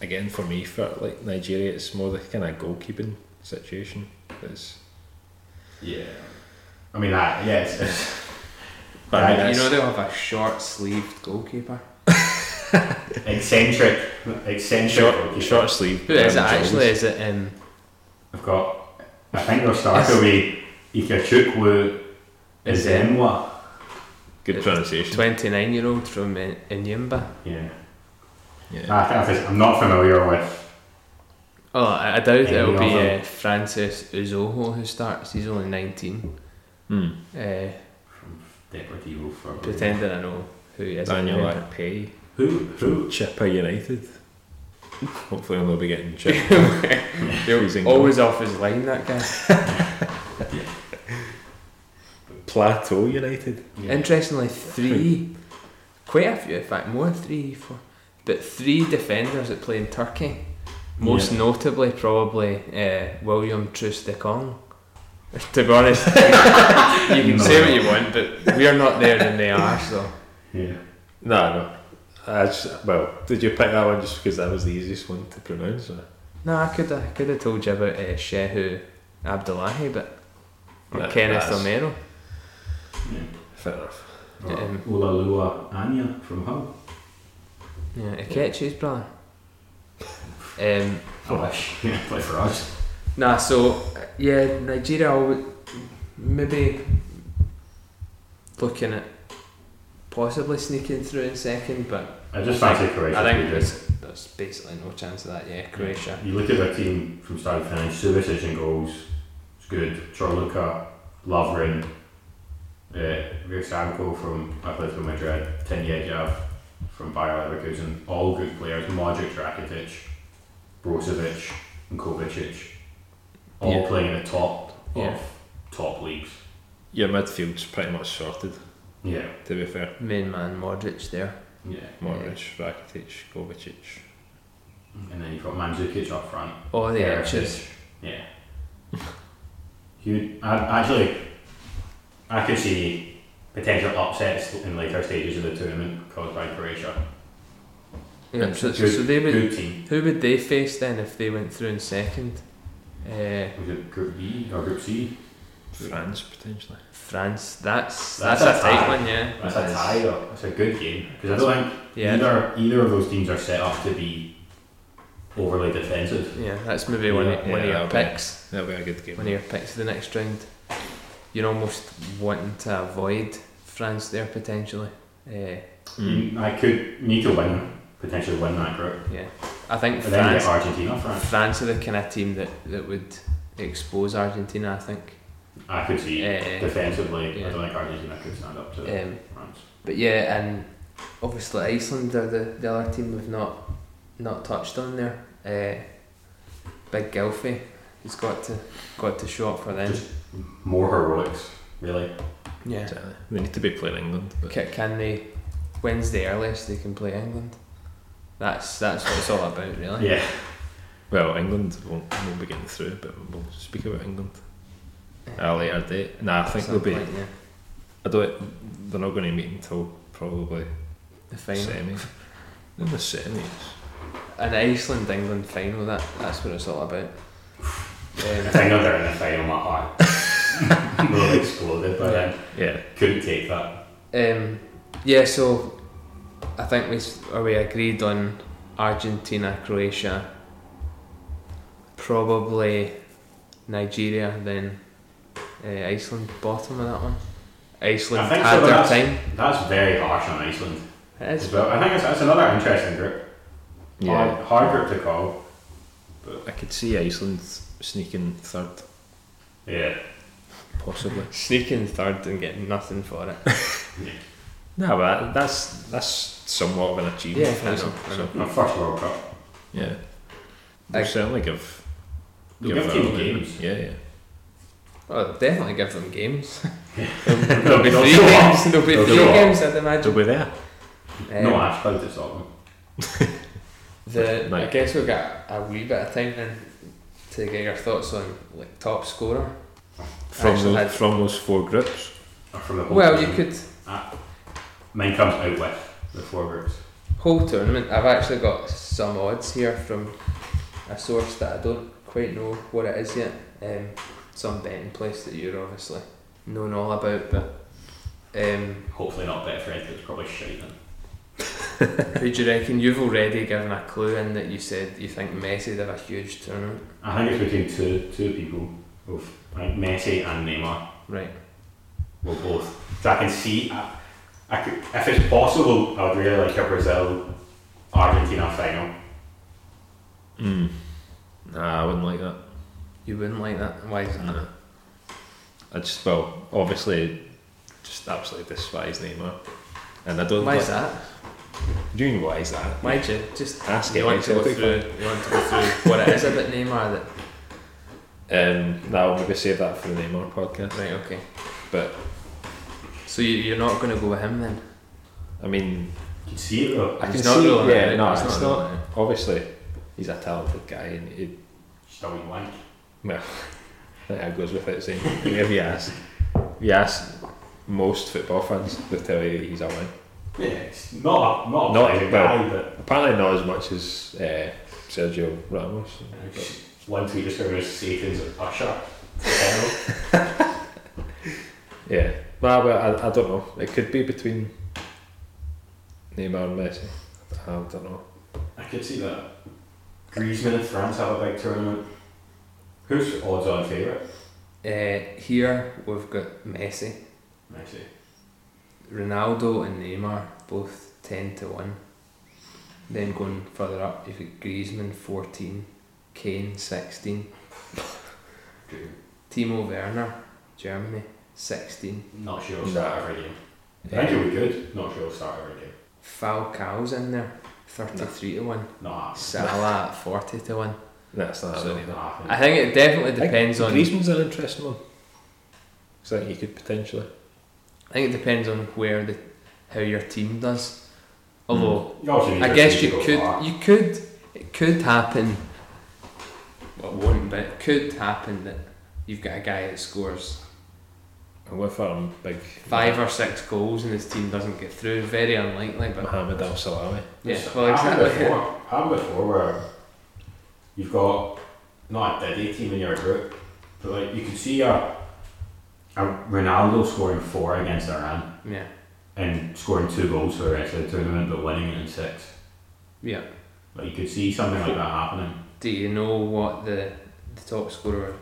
Speaker 2: again for me for like Nigeria, it's more the kind of goalkeeping situation. That's,
Speaker 3: Yeah. I mean, I, yeah,
Speaker 1: [LAUGHS]
Speaker 3: it's, it's,
Speaker 2: but I mean,
Speaker 1: you
Speaker 2: that's-
Speaker 1: know they'll have a short sleeved goalkeeper.
Speaker 3: eccentric. Eccentric.
Speaker 2: short
Speaker 3: goalkeeper.
Speaker 2: short sleeve.
Speaker 1: Who is it
Speaker 2: um,
Speaker 1: actually?
Speaker 2: Jones.
Speaker 1: Is it um,
Speaker 3: I've got, I think they'll start away Ikechukwu Ezemwa.
Speaker 2: Good
Speaker 1: It's
Speaker 2: pronunciation.
Speaker 1: 29 year old from uh, Inyimba?
Speaker 3: Yeah.
Speaker 2: Yeah.
Speaker 3: I, I, I'm not familiar with
Speaker 1: Oh, I I doubt
Speaker 3: Any
Speaker 1: it'll be
Speaker 3: other-
Speaker 1: uh, Francis Uzoho who starts. He's only 19.
Speaker 2: Hmm.
Speaker 1: Uh,
Speaker 3: Deportivo Fabregas.
Speaker 1: pretending I know who he is.
Speaker 2: Daniel
Speaker 1: Yeah.
Speaker 2: Akpay
Speaker 3: Who? Who?
Speaker 2: Chipper United. Hopefully, they'll be
Speaker 1: [LAUGHS]
Speaker 2: getting chipped. He's in goal.
Speaker 1: Always off his line, that guy.
Speaker 2: Plateau United.
Speaker 1: Interestingly, three, quite a few, in fact, more than three, four, but three defenders that play in Turkey. Most notably, probably uh, William Troost-Ekong. [LAUGHS] to be honest, you can
Speaker 3: No.
Speaker 1: say what you want, but we are not there than they are, so.
Speaker 3: Yeah.
Speaker 2: No, no. I just, well, did you pick that one just because that was the easiest one to pronounce? Or?
Speaker 1: No, I could I could have told you about uh, Shehu Abdullahi, but or
Speaker 2: That-
Speaker 1: Kenneth
Speaker 2: that's-
Speaker 1: Omero.
Speaker 3: yeah.
Speaker 2: Fair enough.
Speaker 3: Or
Speaker 1: Um,
Speaker 3: Ulalua Anya from Hull.
Speaker 1: Yeah, Ikechi's brother. Um,
Speaker 3: I wish. [LAUGHS] Yeah, play for us.
Speaker 1: nah, so uh, yeah, Nigeria. I would maybe looking at possibly sneaking through in second, but
Speaker 3: I just fancy Croatia.
Speaker 1: I think
Speaker 3: to be
Speaker 1: there's, there's basically no chance of that. Yeah, Croatia.
Speaker 3: good. You look at their team from start to finish, Subasic in goals, it's good. Chorluka, Lovren, uh, Virsanko from Atletico Madrid, Tinyejav from Bayer Leverkusen, all good players. Modric, Rakitic, Brozovic and Kovacic, all
Speaker 1: Yeah.
Speaker 3: playing at the top
Speaker 1: Yeah.
Speaker 3: of top leagues.
Speaker 2: Your midfield's pretty much sorted,
Speaker 3: Yeah,
Speaker 2: to be fair.
Speaker 1: Main man Modric there.
Speaker 3: yeah.
Speaker 2: Modric, Rakitic, Kovacic.
Speaker 3: And then you've got Mandzukic up front.
Speaker 1: Oh, the
Speaker 3: Perisic.
Speaker 1: edges.
Speaker 3: Yeah. Huge. I, actually, I could see potential upsets in later stages of the tournament caused by Croatia.
Speaker 1: Yeah, so,
Speaker 3: Good,
Speaker 1: so they would.
Speaker 3: good team.
Speaker 1: Who would they face then if they went through in second? Uh,
Speaker 3: Was it Group B or Group C?
Speaker 2: France potentially.
Speaker 1: France. That's that's,
Speaker 3: That's
Speaker 1: a
Speaker 3: a
Speaker 1: tight
Speaker 3: tie.
Speaker 1: one, yeah.
Speaker 3: That's
Speaker 2: That
Speaker 3: a
Speaker 2: is-
Speaker 3: tie, though. It's a good game. Because I don't think
Speaker 1: Yeah,
Speaker 3: either, either of those teams are set up to be overly defensive.
Speaker 1: yeah. That's maybe one of,
Speaker 2: Yeah,
Speaker 1: one of
Speaker 2: yeah,
Speaker 1: your
Speaker 2: that'll be-
Speaker 1: picks.
Speaker 2: That'll be a good game.
Speaker 1: One of your picks of the next round. You're almost wanting to avoid France there potentially. Uh,
Speaker 2: Mm.
Speaker 3: I could need to win, potentially win that group.
Speaker 1: I think
Speaker 3: And then you
Speaker 1: France.
Speaker 3: get Argentina, France.
Speaker 1: France are the kind of team that, that would expose Argentina. I think.
Speaker 3: I could see
Speaker 1: Eh,
Speaker 3: defensively,
Speaker 1: yeah.
Speaker 3: I don't think Argentina could stand up to
Speaker 1: Um,
Speaker 3: France.
Speaker 1: But yeah, and obviously Iceland are the, the other team we've not not touched on there. Uh, Big Gilfy, he's got to got to show up for them.
Speaker 3: Just- More heroics, really.
Speaker 1: Yeah,
Speaker 2: Exactly. They need to be playing England. But
Speaker 1: can, can they? When's the earliest they can play England? That's that's what it's all about, really.
Speaker 3: Yeah.
Speaker 2: Well, England won't, won't be getting through, but we'll speak about England at a later date. Nah, I think
Speaker 1: Some
Speaker 2: they'll be.
Speaker 1: point, yeah.
Speaker 2: I don't. They're not going to meet until probably
Speaker 1: the final. [LAUGHS]
Speaker 2: semi. In the semis.
Speaker 1: An Iceland England final. That that's what it's all about.
Speaker 3: I
Speaker 1: Um,
Speaker 3: think they're in the final, my heart [LAUGHS] will exploded by then.
Speaker 2: Yeah.
Speaker 3: uh, Couldn't take that.
Speaker 1: um, yeah, so I think we s- or we agreed on Argentina, Croatia, probably Nigeria, then uh, Iceland. Bottom of that one. Iceland
Speaker 3: I think
Speaker 1: had
Speaker 3: so, but
Speaker 1: their
Speaker 3: that's-
Speaker 1: time.
Speaker 3: That's very harsh on Iceland.
Speaker 1: It
Speaker 3: As
Speaker 1: is.
Speaker 3: well. I think it's, it's another interesting group.
Speaker 2: Yeah.
Speaker 3: Hard, hard group to call.
Speaker 2: I could see Iceland sneaking third,
Speaker 3: Yeah.
Speaker 2: possibly.
Speaker 1: Sneaking third and getting nothing for it.
Speaker 2: No, but that- that's that's somewhat of an achievement.
Speaker 1: Yeah,
Speaker 2: for
Speaker 1: I know,
Speaker 2: Iceland,
Speaker 1: I
Speaker 2: so-
Speaker 3: No, first World Cup.
Speaker 2: Yeah. They'll
Speaker 1: I-
Speaker 2: certainly give.
Speaker 3: They'll give
Speaker 2: it
Speaker 3: team
Speaker 2: all they-
Speaker 3: games.
Speaker 2: Yeah, yeah.
Speaker 1: Well, Oh, definitely give them games. [LAUGHS]
Speaker 3: They'll-
Speaker 1: There'll be
Speaker 3: [LAUGHS] they'll
Speaker 1: three
Speaker 3: show up.
Speaker 1: games. There'll be
Speaker 3: They'll
Speaker 1: three
Speaker 3: show up.
Speaker 1: games. I'd imagine.
Speaker 2: They'll be there.
Speaker 3: uh, no,
Speaker 1: Um,
Speaker 3: Ash played to stop them.
Speaker 1: The I
Speaker 2: Right.
Speaker 1: guess we've got a wee bit of time then to get your thoughts on like top scorer.
Speaker 2: From,
Speaker 1: Actually,
Speaker 2: those,
Speaker 1: I'd-
Speaker 2: from those four groups.
Speaker 3: Or from the whole
Speaker 1: Well, you
Speaker 3: team.
Speaker 1: could
Speaker 3: Mine comes out with the four groups.
Speaker 1: whole tournament. I've actually got some odds here from a source that I don't quite know what it is yet. Um, some betting place that you're obviously known all about, but um,
Speaker 3: Hopefully not better for anything, it's probably shite then.
Speaker 1: who do you reckon? You've already given a clue in that you said you think Messi'd have a huge tournament,
Speaker 3: I think it's between two two people. Both. I think Messi and Neymar
Speaker 1: right?
Speaker 3: will both. So I can see, I, I could, if it's possible, I would really like a Brazil Argentina final.
Speaker 2: Mm. Nah, I wouldn't like that.
Speaker 1: You wouldn't like that. Why? Is that?
Speaker 2: Nah. I just, well, obviously, just absolutely despise Neymar. And I don't
Speaker 1: Why
Speaker 2: like.
Speaker 1: is that?
Speaker 2: Do you know why is that?
Speaker 1: Why do you just
Speaker 2: Ask
Speaker 1: you
Speaker 2: it,
Speaker 1: want
Speaker 2: mate,
Speaker 1: to go
Speaker 2: Celtic
Speaker 1: through? You want to go through what it is about Neymar that
Speaker 2: Um, nah, we'll maybe save that for the Neymar podcast.
Speaker 1: Right, okay.
Speaker 2: But,
Speaker 1: So you, you're not going to go with him then?
Speaker 2: I mean,
Speaker 3: You can see it though.
Speaker 2: I can
Speaker 1: He's
Speaker 2: see.
Speaker 1: ruling it
Speaker 2: yeah,
Speaker 1: out,
Speaker 2: no,
Speaker 1: he's
Speaker 2: it's
Speaker 1: ruling
Speaker 2: not.
Speaker 1: it out.
Speaker 2: Obviously, he's a talented guy, and he
Speaker 3: Just a wee wank.
Speaker 2: That goes without saying. if you ask, if you ask most football fans, they'll tell you he's a win.
Speaker 3: Yeah, it's not a, not a
Speaker 2: Not
Speaker 3: pleasant
Speaker 2: well.
Speaker 3: guy, but
Speaker 2: Apparently, not as much as uh, Sergio Ramos. but-
Speaker 3: one tweet just going to Satan's usher.
Speaker 2: yeah, nah, but I, I don't know. It could be between Neymar and Messi. I don't know.
Speaker 3: I could see that. Griezmann and France have a big tournament. Who's odds on favourite?
Speaker 1: Uh, here we've got Messi,
Speaker 3: Messi.
Speaker 1: Ronaldo, and Neymar both ten to one. Then going further up, you've got Griezmann fourteen, Kane sixteen,
Speaker 3: Drew.
Speaker 1: Timo Werner, Germany sixteen,
Speaker 3: Not sure he'll start every game. I think
Speaker 1: eh,
Speaker 3: he'll be good. Not sure he'll start every game.
Speaker 1: Falcao's in there thirty three to one,
Speaker 3: Not happening.
Speaker 1: Salah at forty to one.
Speaker 2: That's not
Speaker 1: So,
Speaker 2: happening either.
Speaker 3: Not happening.
Speaker 1: I think it definitely
Speaker 2: I think
Speaker 1: depends on.
Speaker 2: Griezmann's an interesting one. 'Cause I think he could potentially.
Speaker 1: I think it depends on where the how your team does. Although
Speaker 3: You also need
Speaker 1: I
Speaker 3: your
Speaker 1: guess
Speaker 3: team to
Speaker 1: you
Speaker 3: go
Speaker 1: could.
Speaker 3: far.
Speaker 1: You could. It could happen. Well, it won't, but it could happen that you've got a guy that scores
Speaker 2: And with um, big
Speaker 1: five or six goals and his team doesn't get through. Very unlikely, but
Speaker 3: Uh-huh.
Speaker 2: Mohamed Al Salawi.
Speaker 1: yeah.
Speaker 3: So,
Speaker 1: Well,
Speaker 3: Happened
Speaker 1: exactly.
Speaker 3: before, happened before uh, where you've got not uh, a dead team in your group, but like you can see a uh, Ronaldo scoring four against Iran
Speaker 1: Yeah.
Speaker 3: and scoring two goals for the rest of the tournament, but winning it in six.
Speaker 1: Yeah.
Speaker 3: Like you could see something like that happening.
Speaker 1: Do you know what the the top scorer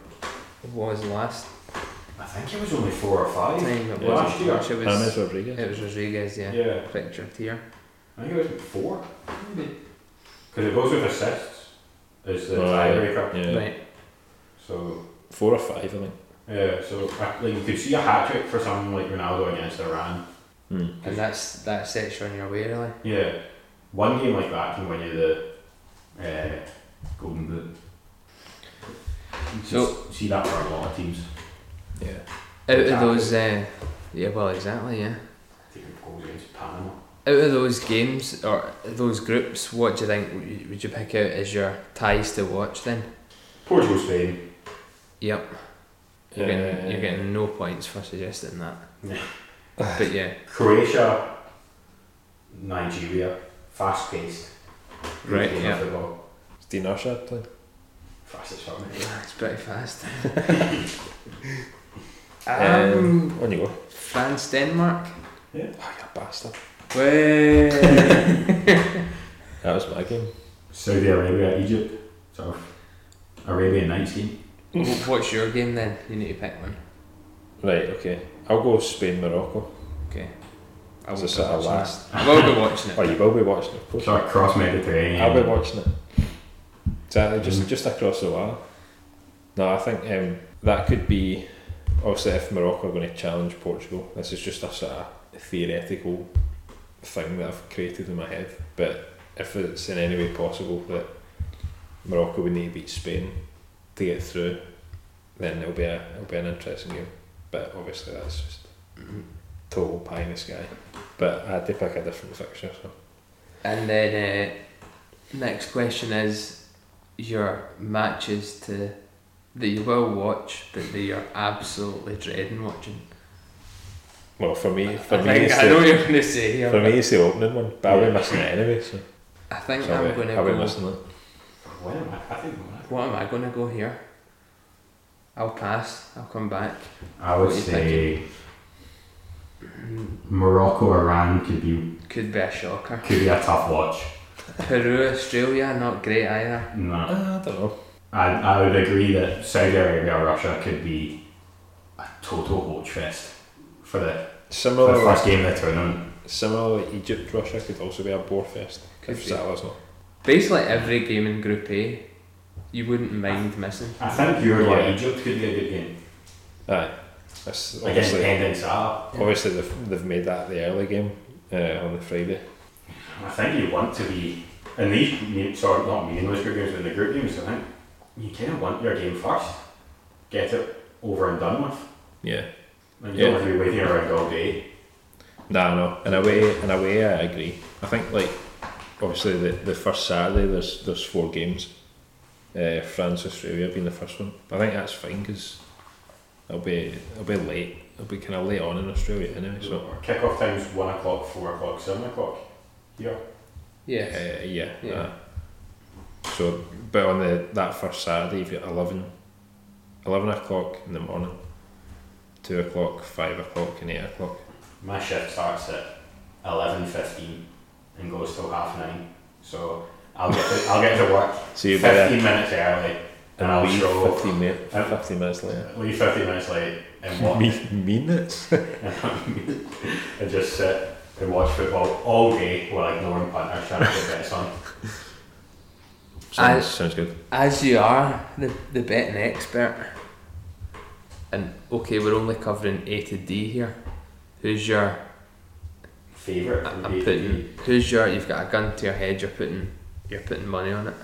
Speaker 1: was last
Speaker 3: I think it was only four or five.
Speaker 1: time? It
Speaker 2: Yeah,
Speaker 3: last year.
Speaker 1: wasn't much. It
Speaker 2: James
Speaker 1: was
Speaker 2: Rodriguez.
Speaker 1: it was Rodriguez. Yeah.
Speaker 3: yeah,
Speaker 1: Pictured here.
Speaker 3: I think it was four. Maybe because it goes with assists as the
Speaker 2: Oh, yeah.
Speaker 3: tiebreaker.
Speaker 2: Yeah.
Speaker 1: Right.
Speaker 3: So
Speaker 2: Four or five, I think.
Speaker 3: yeah, so uh, like you could see a hat trick for someone like Ronaldo against Iran.
Speaker 2: Hmm.
Speaker 1: And that's that sets you on your way really.
Speaker 3: Yeah, one game like that can win you the uh, Golden Boot. You
Speaker 1: So-
Speaker 3: s- see that for a lot of teams.
Speaker 2: Yeah.
Speaker 1: Out of
Speaker 3: Exactly.
Speaker 1: those, uh, yeah, well, exactly, yeah.
Speaker 3: Taking goals against Panama.
Speaker 1: Out of those games or those groups, what do you think would you- would you pick out as your ties to watch then?
Speaker 3: Portugal, Spain.
Speaker 1: Yep, you're, getting, you're
Speaker 2: Uh,
Speaker 1: getting no points for suggesting that.
Speaker 3: Yeah.
Speaker 1: but
Speaker 2: [SIGHS]
Speaker 1: yeah,
Speaker 3: Croatia, Nigeria, fast paced.
Speaker 1: Right, yeah.
Speaker 3: Football.
Speaker 2: Is Dean Arshad playing?
Speaker 3: Fast as fuck. mate.
Speaker 1: it's pretty fast. um,
Speaker 2: [LAUGHS] Um, on you go.
Speaker 1: France Denmark.
Speaker 2: Oh, you bastard.
Speaker 1: Well,
Speaker 2: That was my game.
Speaker 3: Saudi Arabia, Egypt. So, Arabian Nights game.
Speaker 1: [LAUGHS] what's your game then? You need to pick one.
Speaker 2: Right, okay. I'll go Spain, Morocco.
Speaker 1: Okay. I
Speaker 2: As
Speaker 1: will be
Speaker 2: a sort of
Speaker 1: watching it.
Speaker 2: last.
Speaker 1: I will be watching
Speaker 2: [LAUGHS] Oh,
Speaker 1: it.
Speaker 2: you will be watching it, of course.
Speaker 3: So, cross Mediterranean.
Speaker 2: I'll be watching it. Exactly, just
Speaker 3: Mm.
Speaker 2: just across the wire. No, I think um, that could be obviously if Morocco are going to challenge Portugal. This is just a sort of theoretical thing that I've created in my head. But if it's in any way possible that Morocco would need to beat Spain to get through, then it'll be a it'll be an interesting game. But obviously that's just total pie in the sky. But I had to pick a different fixture. So
Speaker 1: And then uh, next question is your matches to that you will watch, but that you're absolutely dreading watching.
Speaker 2: well, for me, for
Speaker 1: I,
Speaker 2: me,
Speaker 1: think,
Speaker 2: it's
Speaker 1: I
Speaker 2: the-
Speaker 1: know what you're going to say here.
Speaker 2: For
Speaker 1: but
Speaker 2: me, it's the opening one, but I'll be missing it anyway, so.
Speaker 1: I think I'm
Speaker 2: so I'll,
Speaker 1: going
Speaker 2: be,
Speaker 1: to
Speaker 2: I'll be
Speaker 1: go.
Speaker 2: missing it.
Speaker 3: When am I? I think I'm
Speaker 1: What am I going to go here? I'll pass. I'll come back.
Speaker 3: I
Speaker 1: What
Speaker 3: would
Speaker 1: are you
Speaker 3: say Morocco, Iran could be
Speaker 1: Could be a shocker.
Speaker 3: could be a tough watch.
Speaker 1: Peru, Australia, not great either.
Speaker 3: No,
Speaker 2: Ah, I don't know.
Speaker 3: I, I would agree that Saudi Arabia, Russia could be a total watch fest for the, for the
Speaker 2: Similar,
Speaker 3: first game of the tournament.
Speaker 2: similarly, Egypt, Russia could also be a bore fest.
Speaker 1: Could
Speaker 2: if
Speaker 1: be.
Speaker 2: Saturday's not.
Speaker 1: Basically, every game in Group A, you wouldn't mind missing.
Speaker 2: Uh,
Speaker 3: I think Uruguay,
Speaker 2: Yeah.
Speaker 3: Egypt could be a good game
Speaker 2: Aye. That's
Speaker 3: against
Speaker 2: obviously,
Speaker 3: Penn and Salah.
Speaker 2: obviously they've, they've made that the early game uh, on the Friday.
Speaker 3: I think you want to be in these me- sorry not meaningless group games, but in the group games. I think you kind of want your game first, get it over and done with.
Speaker 2: Yeah.
Speaker 3: And you don't
Speaker 2: Yeah.
Speaker 3: have to be waiting around all day.
Speaker 2: Nah, no. In a way, in a way, I agree. I think like obviously the, the first Saturday there's there's four games. Uh, France Australia being the first one. I think that's fine because it'll be it'll be late. It'll be kind of late on in Australia anyway. So
Speaker 3: So kickoff time's one o'clock, four o'clock, seven o'clock. Yeah.
Speaker 1: Yes.
Speaker 2: uh, yeah,
Speaker 1: Yeah.
Speaker 2: yeah. So but on the that first Saturday you've got 11, 11 o'clock in the morning, two o'clock, five o'clock, and eight o'clock.
Speaker 3: My shift starts at eleven fifteen and goes till half nine. So I'll get to, I'll get
Speaker 2: [LAUGHS]
Speaker 3: to work
Speaker 2: So you'll be there
Speaker 3: fifteen minutes early and I'll
Speaker 2: leave
Speaker 3: show up.
Speaker 2: fifteen minutes fifteen minutes later.
Speaker 3: leave fifteen minutes late
Speaker 2: [LAUGHS]
Speaker 3: and watch
Speaker 2: Me- minutes.
Speaker 3: and just sit and watch football all day while ignoring punters trying to get bets on.
Speaker 2: [LAUGHS] Sounds, sounds good.
Speaker 1: As you are the, the betting expert, and okay, we're only covering A to D here. Who's your?
Speaker 3: Favourite
Speaker 1: I-
Speaker 3: would
Speaker 1: I'm
Speaker 3: be-
Speaker 1: putting. Who's your? You've got a gun to your head. You're putting. You're putting money on it.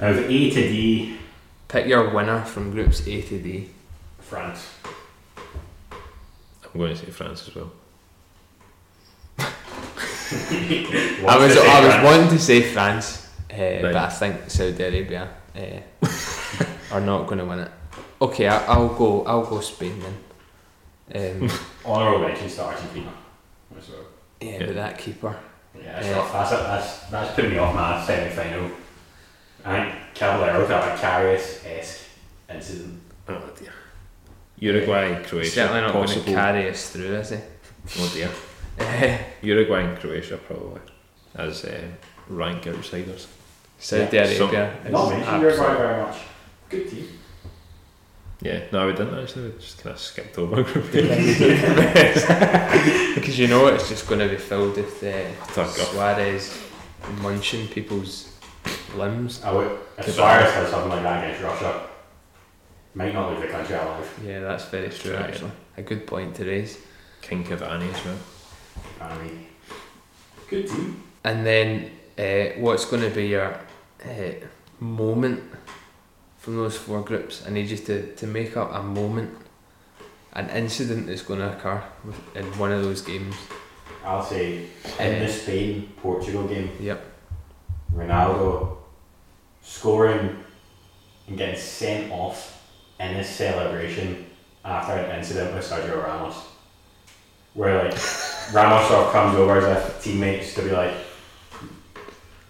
Speaker 3: out of A to D
Speaker 1: Pick your winner from groups A to D.
Speaker 3: France.
Speaker 2: I'm going to say France as well.
Speaker 1: I was.
Speaker 3: What's the
Speaker 1: I was
Speaker 3: favourite?
Speaker 1: wanting to say France, uh, but
Speaker 2: Right.
Speaker 1: I think Saudi Arabia uh, [LAUGHS] are not going to win it. Okay, I, I'll go. I'll go Spain then.
Speaker 2: [LAUGHS]
Speaker 1: Um,
Speaker 3: honourable mentions to Argentina as well.
Speaker 1: yeah,
Speaker 2: Yeah.
Speaker 1: but that keeper.
Speaker 3: Yeah, that's,
Speaker 1: Yeah.
Speaker 3: Not, that's, that's, that's putting me off my semi final. I think Caballero's had a Carius esque incident.
Speaker 2: Oh dear. Uruguay, Croatia.
Speaker 1: Certainly not going to
Speaker 2: possible.
Speaker 1: carry us through, is he? [LAUGHS] Uh,
Speaker 2: Oh dear. Uruguay and Croatia probably as uh, rank outsiders.
Speaker 1: Saudi
Speaker 2: Yeah, some-
Speaker 1: Arabia. is
Speaker 3: Not mentioned
Speaker 1: absolute-
Speaker 3: Uruguay very much. Good team.
Speaker 2: Yeah, no, we didn't actually. We just kind of skipped over group A.
Speaker 3: [LAUGHS]
Speaker 1: [LAUGHS] because you know it's just going to be filled with uh,
Speaker 2: Fuck off.
Speaker 1: Suarez munching people's limbs.
Speaker 3: I would, if
Speaker 2: Goodbye.
Speaker 3: Suarez had something like that against Russia, might not leave the country alive.
Speaker 1: Yeah, that's very true.
Speaker 2: Right.
Speaker 1: Actually, a good point to raise.
Speaker 2: King Cavani as well.
Speaker 3: I mean, good team.
Speaker 1: And then, uh, what's going to be your uh, moment from those four groups? I need you to, to make up a moment, an incident that's going to occur with, in one of those games.
Speaker 3: I'll say in the
Speaker 1: Uh,
Speaker 3: Spain Portugal game,
Speaker 1: yep.
Speaker 3: Ronaldo scoring and getting sent off in his celebration after an incident with Sergio Ramos, where
Speaker 1: [LAUGHS]
Speaker 3: like Ramos sort of comes over as if teammates to be like,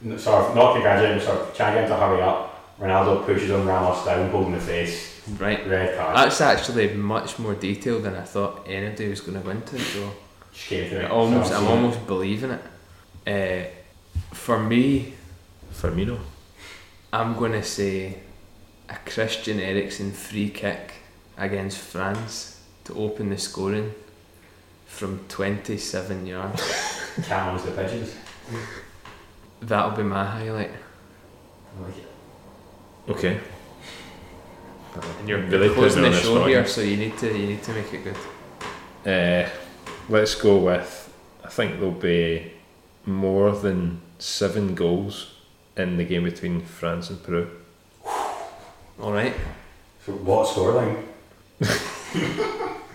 Speaker 3: n- sort of not congratulating, sort of trying to get him to hurry up. Ronaldo pushes him, Ramos down, holding the face,
Speaker 1: Right.
Speaker 3: red card.
Speaker 1: That's actually much more detailed than I thought anybody was going to go into. So.
Speaker 3: Just came through.
Speaker 1: I almost,
Speaker 3: So
Speaker 1: I'm
Speaker 3: seeing-
Speaker 1: almost believing it. Uh, for me,
Speaker 2: Firmino.
Speaker 1: I'm going to say a Christian Eriksen free kick against France to open the scoring from 27 yards.
Speaker 3: Challenge the pigeons.
Speaker 1: That'll be my highlight.
Speaker 3: I like it.
Speaker 2: Okay.
Speaker 1: And you're
Speaker 2: Really
Speaker 1: closing
Speaker 2: putting me on
Speaker 1: the
Speaker 2: the
Speaker 1: show
Speaker 2: spot
Speaker 1: here,
Speaker 2: here.
Speaker 1: so you need to you need to make it good.
Speaker 2: Uh, let's go with. I think there'll be more than seven goals in the game between France and Peru.
Speaker 1: All right.
Speaker 3: So what scoreline?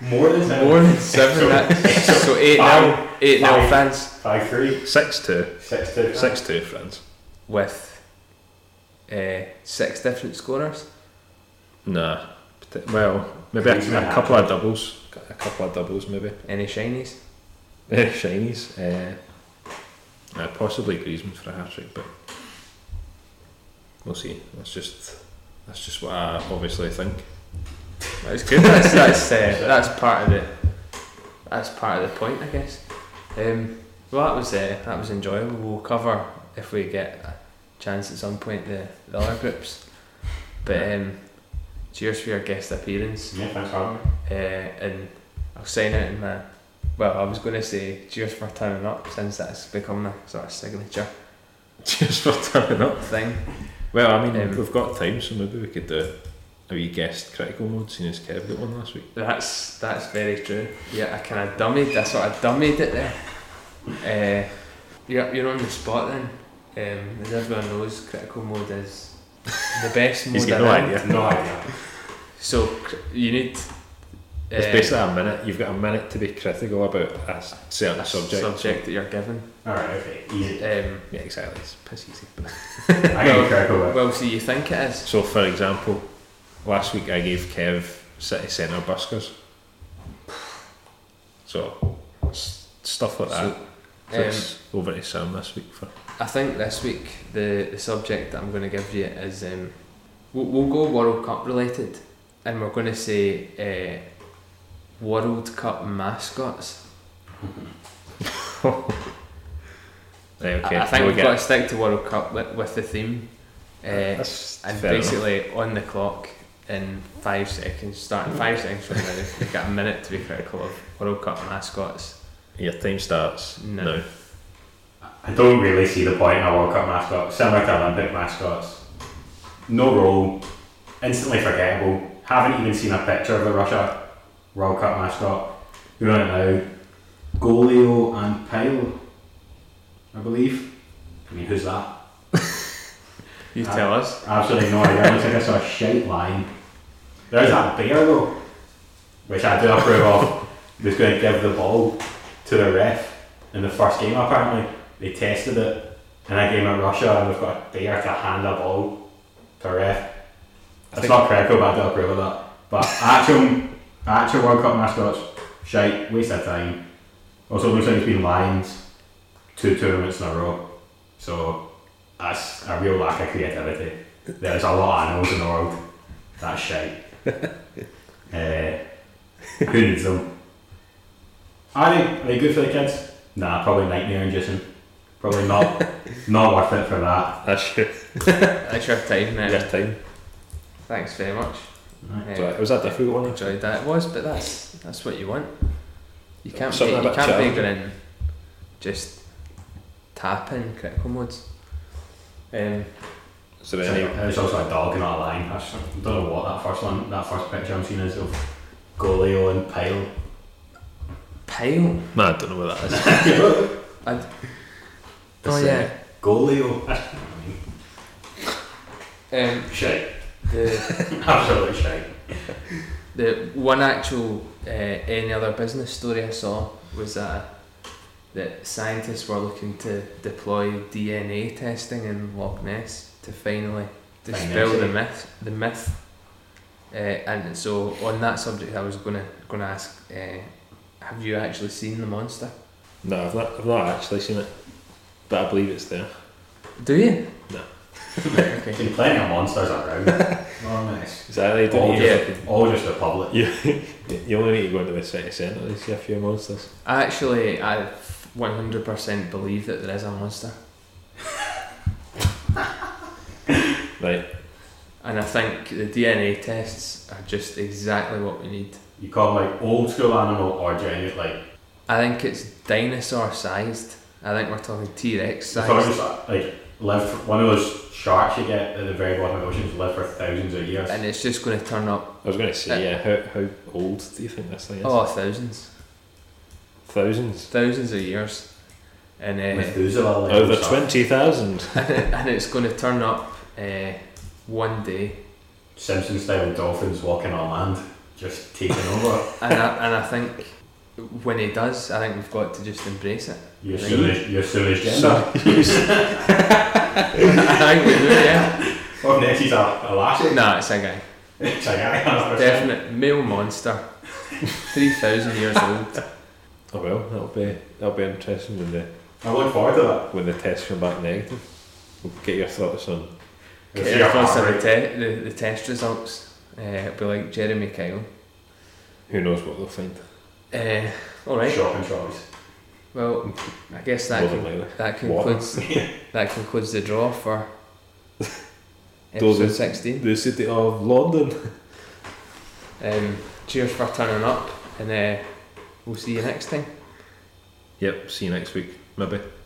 Speaker 3: More than seven.
Speaker 1: More than seven. That's, [LAUGHS] so eight now. Eight now
Speaker 3: Five.
Speaker 1: France
Speaker 3: Five three,
Speaker 2: Six two.
Speaker 3: six two.
Speaker 2: Six two France.
Speaker 1: with uh, six different scorers.
Speaker 2: Nah. Pati- Well, maybe a, a couple of doubles. A couple of doubles, maybe.
Speaker 1: Any shinies?
Speaker 2: Uh, shinies. Uh, uh, possibly Griezmann for a hat trick, but we'll see. That's just that's just what I obviously think.
Speaker 1: That's good. That's that's, uh, that's part of the that's part of the point, I guess. Um, well, that was uh, that was enjoyable. We'll cover if we get a chance at some point the, the other groups. But um, cheers for your guest appearance,
Speaker 3: Yeah, thanks for having me.
Speaker 1: uh, and I'll sign out in my. Well, I was going to say cheers for turning up since that's become a sort of signature
Speaker 2: [LAUGHS] just for turning up.
Speaker 1: thing.
Speaker 2: Well, I mean,
Speaker 1: Um,
Speaker 2: we've got time, so maybe we could do a wee guest critical mode, seeing as Kev got one last week.
Speaker 1: That's that's very true. Yeah, I kind of dummied. That's what I dummied it there. Uh, you're, you're on the spot then. Um, as everyone knows, critical mode is the best mode.
Speaker 2: [LAUGHS] He's got no
Speaker 1: around.
Speaker 2: idea.
Speaker 3: No idea.
Speaker 1: So cr- you need.
Speaker 2: It's
Speaker 1: uh,
Speaker 2: basically a minute. You've got a minute to be critical about a s- certain
Speaker 1: a
Speaker 2: subject.
Speaker 1: subject that you're given.
Speaker 3: Alright, okay, easy.
Speaker 1: Um,
Speaker 2: Yeah, exactly. It's piss easy. [LAUGHS]
Speaker 3: I got critical with
Speaker 1: well, so you think it is.
Speaker 2: So, for example, last week I gave Kev City Centre buskers. So, s- stuff like that. So
Speaker 1: Um,
Speaker 2: it's over to Sam this week for.
Speaker 1: I think this week the, the subject that I'm going to give you is um, we'll, we'll go World Cup related, and we're going to say uh, World Cup mascots.
Speaker 2: Right, okay.
Speaker 1: I, I think
Speaker 2: we'll
Speaker 1: we've got to stick to World Cup with, with the theme, uh, and
Speaker 2: That's fair enough.
Speaker 1: basically on the clock in five seconds, starting five seconds from now, we've got a minute to be critical of World Cup mascots.
Speaker 2: Your time starts
Speaker 1: No.
Speaker 2: now.
Speaker 3: I don't really see the point in a World Cup mascot, similar to Olympic mascots. No role, instantly forgettable. Haven't even seen a picture of the Russia World Cup mascot. Who on it now? Golio and Pyle, I believe. I mean, who's that?
Speaker 1: You
Speaker 3: Uh,
Speaker 1: tell us.
Speaker 3: Absolutely no idea. It looks like I saw a shite line. There's that bear though, which I do approve of. He was going to give the ball to the ref in the first game. Apparently, they tested it in a game at Russia, and we've got a bear to hand a ball to a ref. It's
Speaker 1: think-
Speaker 3: not critical, but I do approve of that. But actual, actual World Cup mascots, shite, waste of time. Also, looks like it's been Lions two tournaments in a row, so that's a real lack of creativity.
Speaker 1: [LAUGHS]
Speaker 3: There's a lot of animals in the world. That's shite. uh, Who needs them? Are they, are they good for the kids? Nah, probably nightmare inducing. Probably [LAUGHS] not not worth it for that.
Speaker 2: That's your,
Speaker 1: That's your time now.
Speaker 2: your time.
Speaker 1: Uh, Thanks very much. Uh,
Speaker 3: Right.
Speaker 1: Yeah.
Speaker 2: So, was that a difficult one?
Speaker 1: enjoyed that. It was, but that's that's what you want. You can't
Speaker 2: Something
Speaker 1: be, you
Speaker 2: a bit
Speaker 1: can't be
Speaker 2: challenging.
Speaker 1: going in just tapping critical modes. Um,
Speaker 2: Is there any?
Speaker 3: There's also a dog in our line. I just don't know what that first one, that first picture I'm seeing is of Golio and
Speaker 1: [LAUGHS]
Speaker 3: Pyle. [LAUGHS]
Speaker 1: pile.
Speaker 2: No, I don't know what that
Speaker 1: [LAUGHS]
Speaker 2: is.
Speaker 1: Oh
Speaker 3: That's, uh,
Speaker 1: yeah.
Speaker 3: Golio.
Speaker 1: Um,
Speaker 3: Shite.
Speaker 1: the
Speaker 3: [LAUGHS] Absolute shite.
Speaker 1: the one actual uh, any other business story I saw was uh, that scientists were looking to deploy DNA testing in Loch Ness to finally dispel
Speaker 3: Financially.
Speaker 1: the myth. The myth. Uh, and so on that subject, I was gonna gonna ask, uh, have you actually seen the monster?
Speaker 2: no, I've not. I've not actually seen it, but I believe it's there.
Speaker 1: Do you?
Speaker 2: No.
Speaker 1: [LAUGHS]
Speaker 3: There's
Speaker 1: okay.
Speaker 3: been plenty of
Speaker 1: [LAUGHS]
Speaker 3: monsters around. oh, nice.
Speaker 2: Is that how they do
Speaker 3: All,
Speaker 2: it?
Speaker 3: just, all just the public.
Speaker 2: You, [LAUGHS] you only need to go into the city centre to see a few monsters.
Speaker 1: I actually, I one hundred percent believe that there is a monster,
Speaker 2: Right.
Speaker 1: and I think the DNA tests are just exactly what we need.
Speaker 3: You call like old school animal or genuine like
Speaker 1: I think it's dinosaur sized. I think we're talking T Rex
Speaker 3: It's probably
Speaker 1: sized.
Speaker 3: just like live for, one of those sharks you get at the very bottom of oceans live for thousands of years.
Speaker 1: And it's just going to turn up,
Speaker 2: I was going to say, yeah. How, how old do you think this thing is?
Speaker 1: oh, thousands.
Speaker 2: Thousands.
Speaker 1: Thousands of years. And, uh,
Speaker 3: Methuselah like
Speaker 2: Over twenty thousand.
Speaker 1: [LAUGHS] and it's going to turn up uh, one day.
Speaker 3: Simpson style dolphins walking on land, just taking
Speaker 1: [LAUGHS]
Speaker 3: over.
Speaker 1: And I, and I think when he does, I think we've got to just embrace it.
Speaker 3: You're
Speaker 1: Right.
Speaker 3: serious, you're serious gender.
Speaker 1: I think we do, yeah.
Speaker 3: Or Oh, next he's a, a [LAUGHS] lassie.
Speaker 1: No, it's a guy.
Speaker 3: It's a guy, 100%.
Speaker 1: Definite male monster. 3,000 years old.
Speaker 2: Oh well, that'll be that'll be interesting when the
Speaker 3: I look forward to that.
Speaker 2: when the tests come back negative. We'll get your thoughts on
Speaker 3: We'll
Speaker 1: Okay,
Speaker 3: see your
Speaker 1: of course,
Speaker 3: heart
Speaker 1: the,
Speaker 3: rate.
Speaker 1: te- the, the test results uh, it'll be like Jeremy Kyle.
Speaker 2: who knows what they'll find.
Speaker 1: Uh, Alright,
Speaker 3: Shopping trolleys.
Speaker 1: well, I guess that
Speaker 2: More
Speaker 1: can
Speaker 2: than likely.
Speaker 1: That
Speaker 2: What?
Speaker 1: concludes
Speaker 2: [LAUGHS]
Speaker 1: that concludes the draw for
Speaker 2: Those
Speaker 1: episode
Speaker 2: are-
Speaker 1: sixteen.
Speaker 2: The city of London.
Speaker 1: Um, cheers for turning up, and uh, we'll see you next time.
Speaker 2: Yep. See you next week, maybe.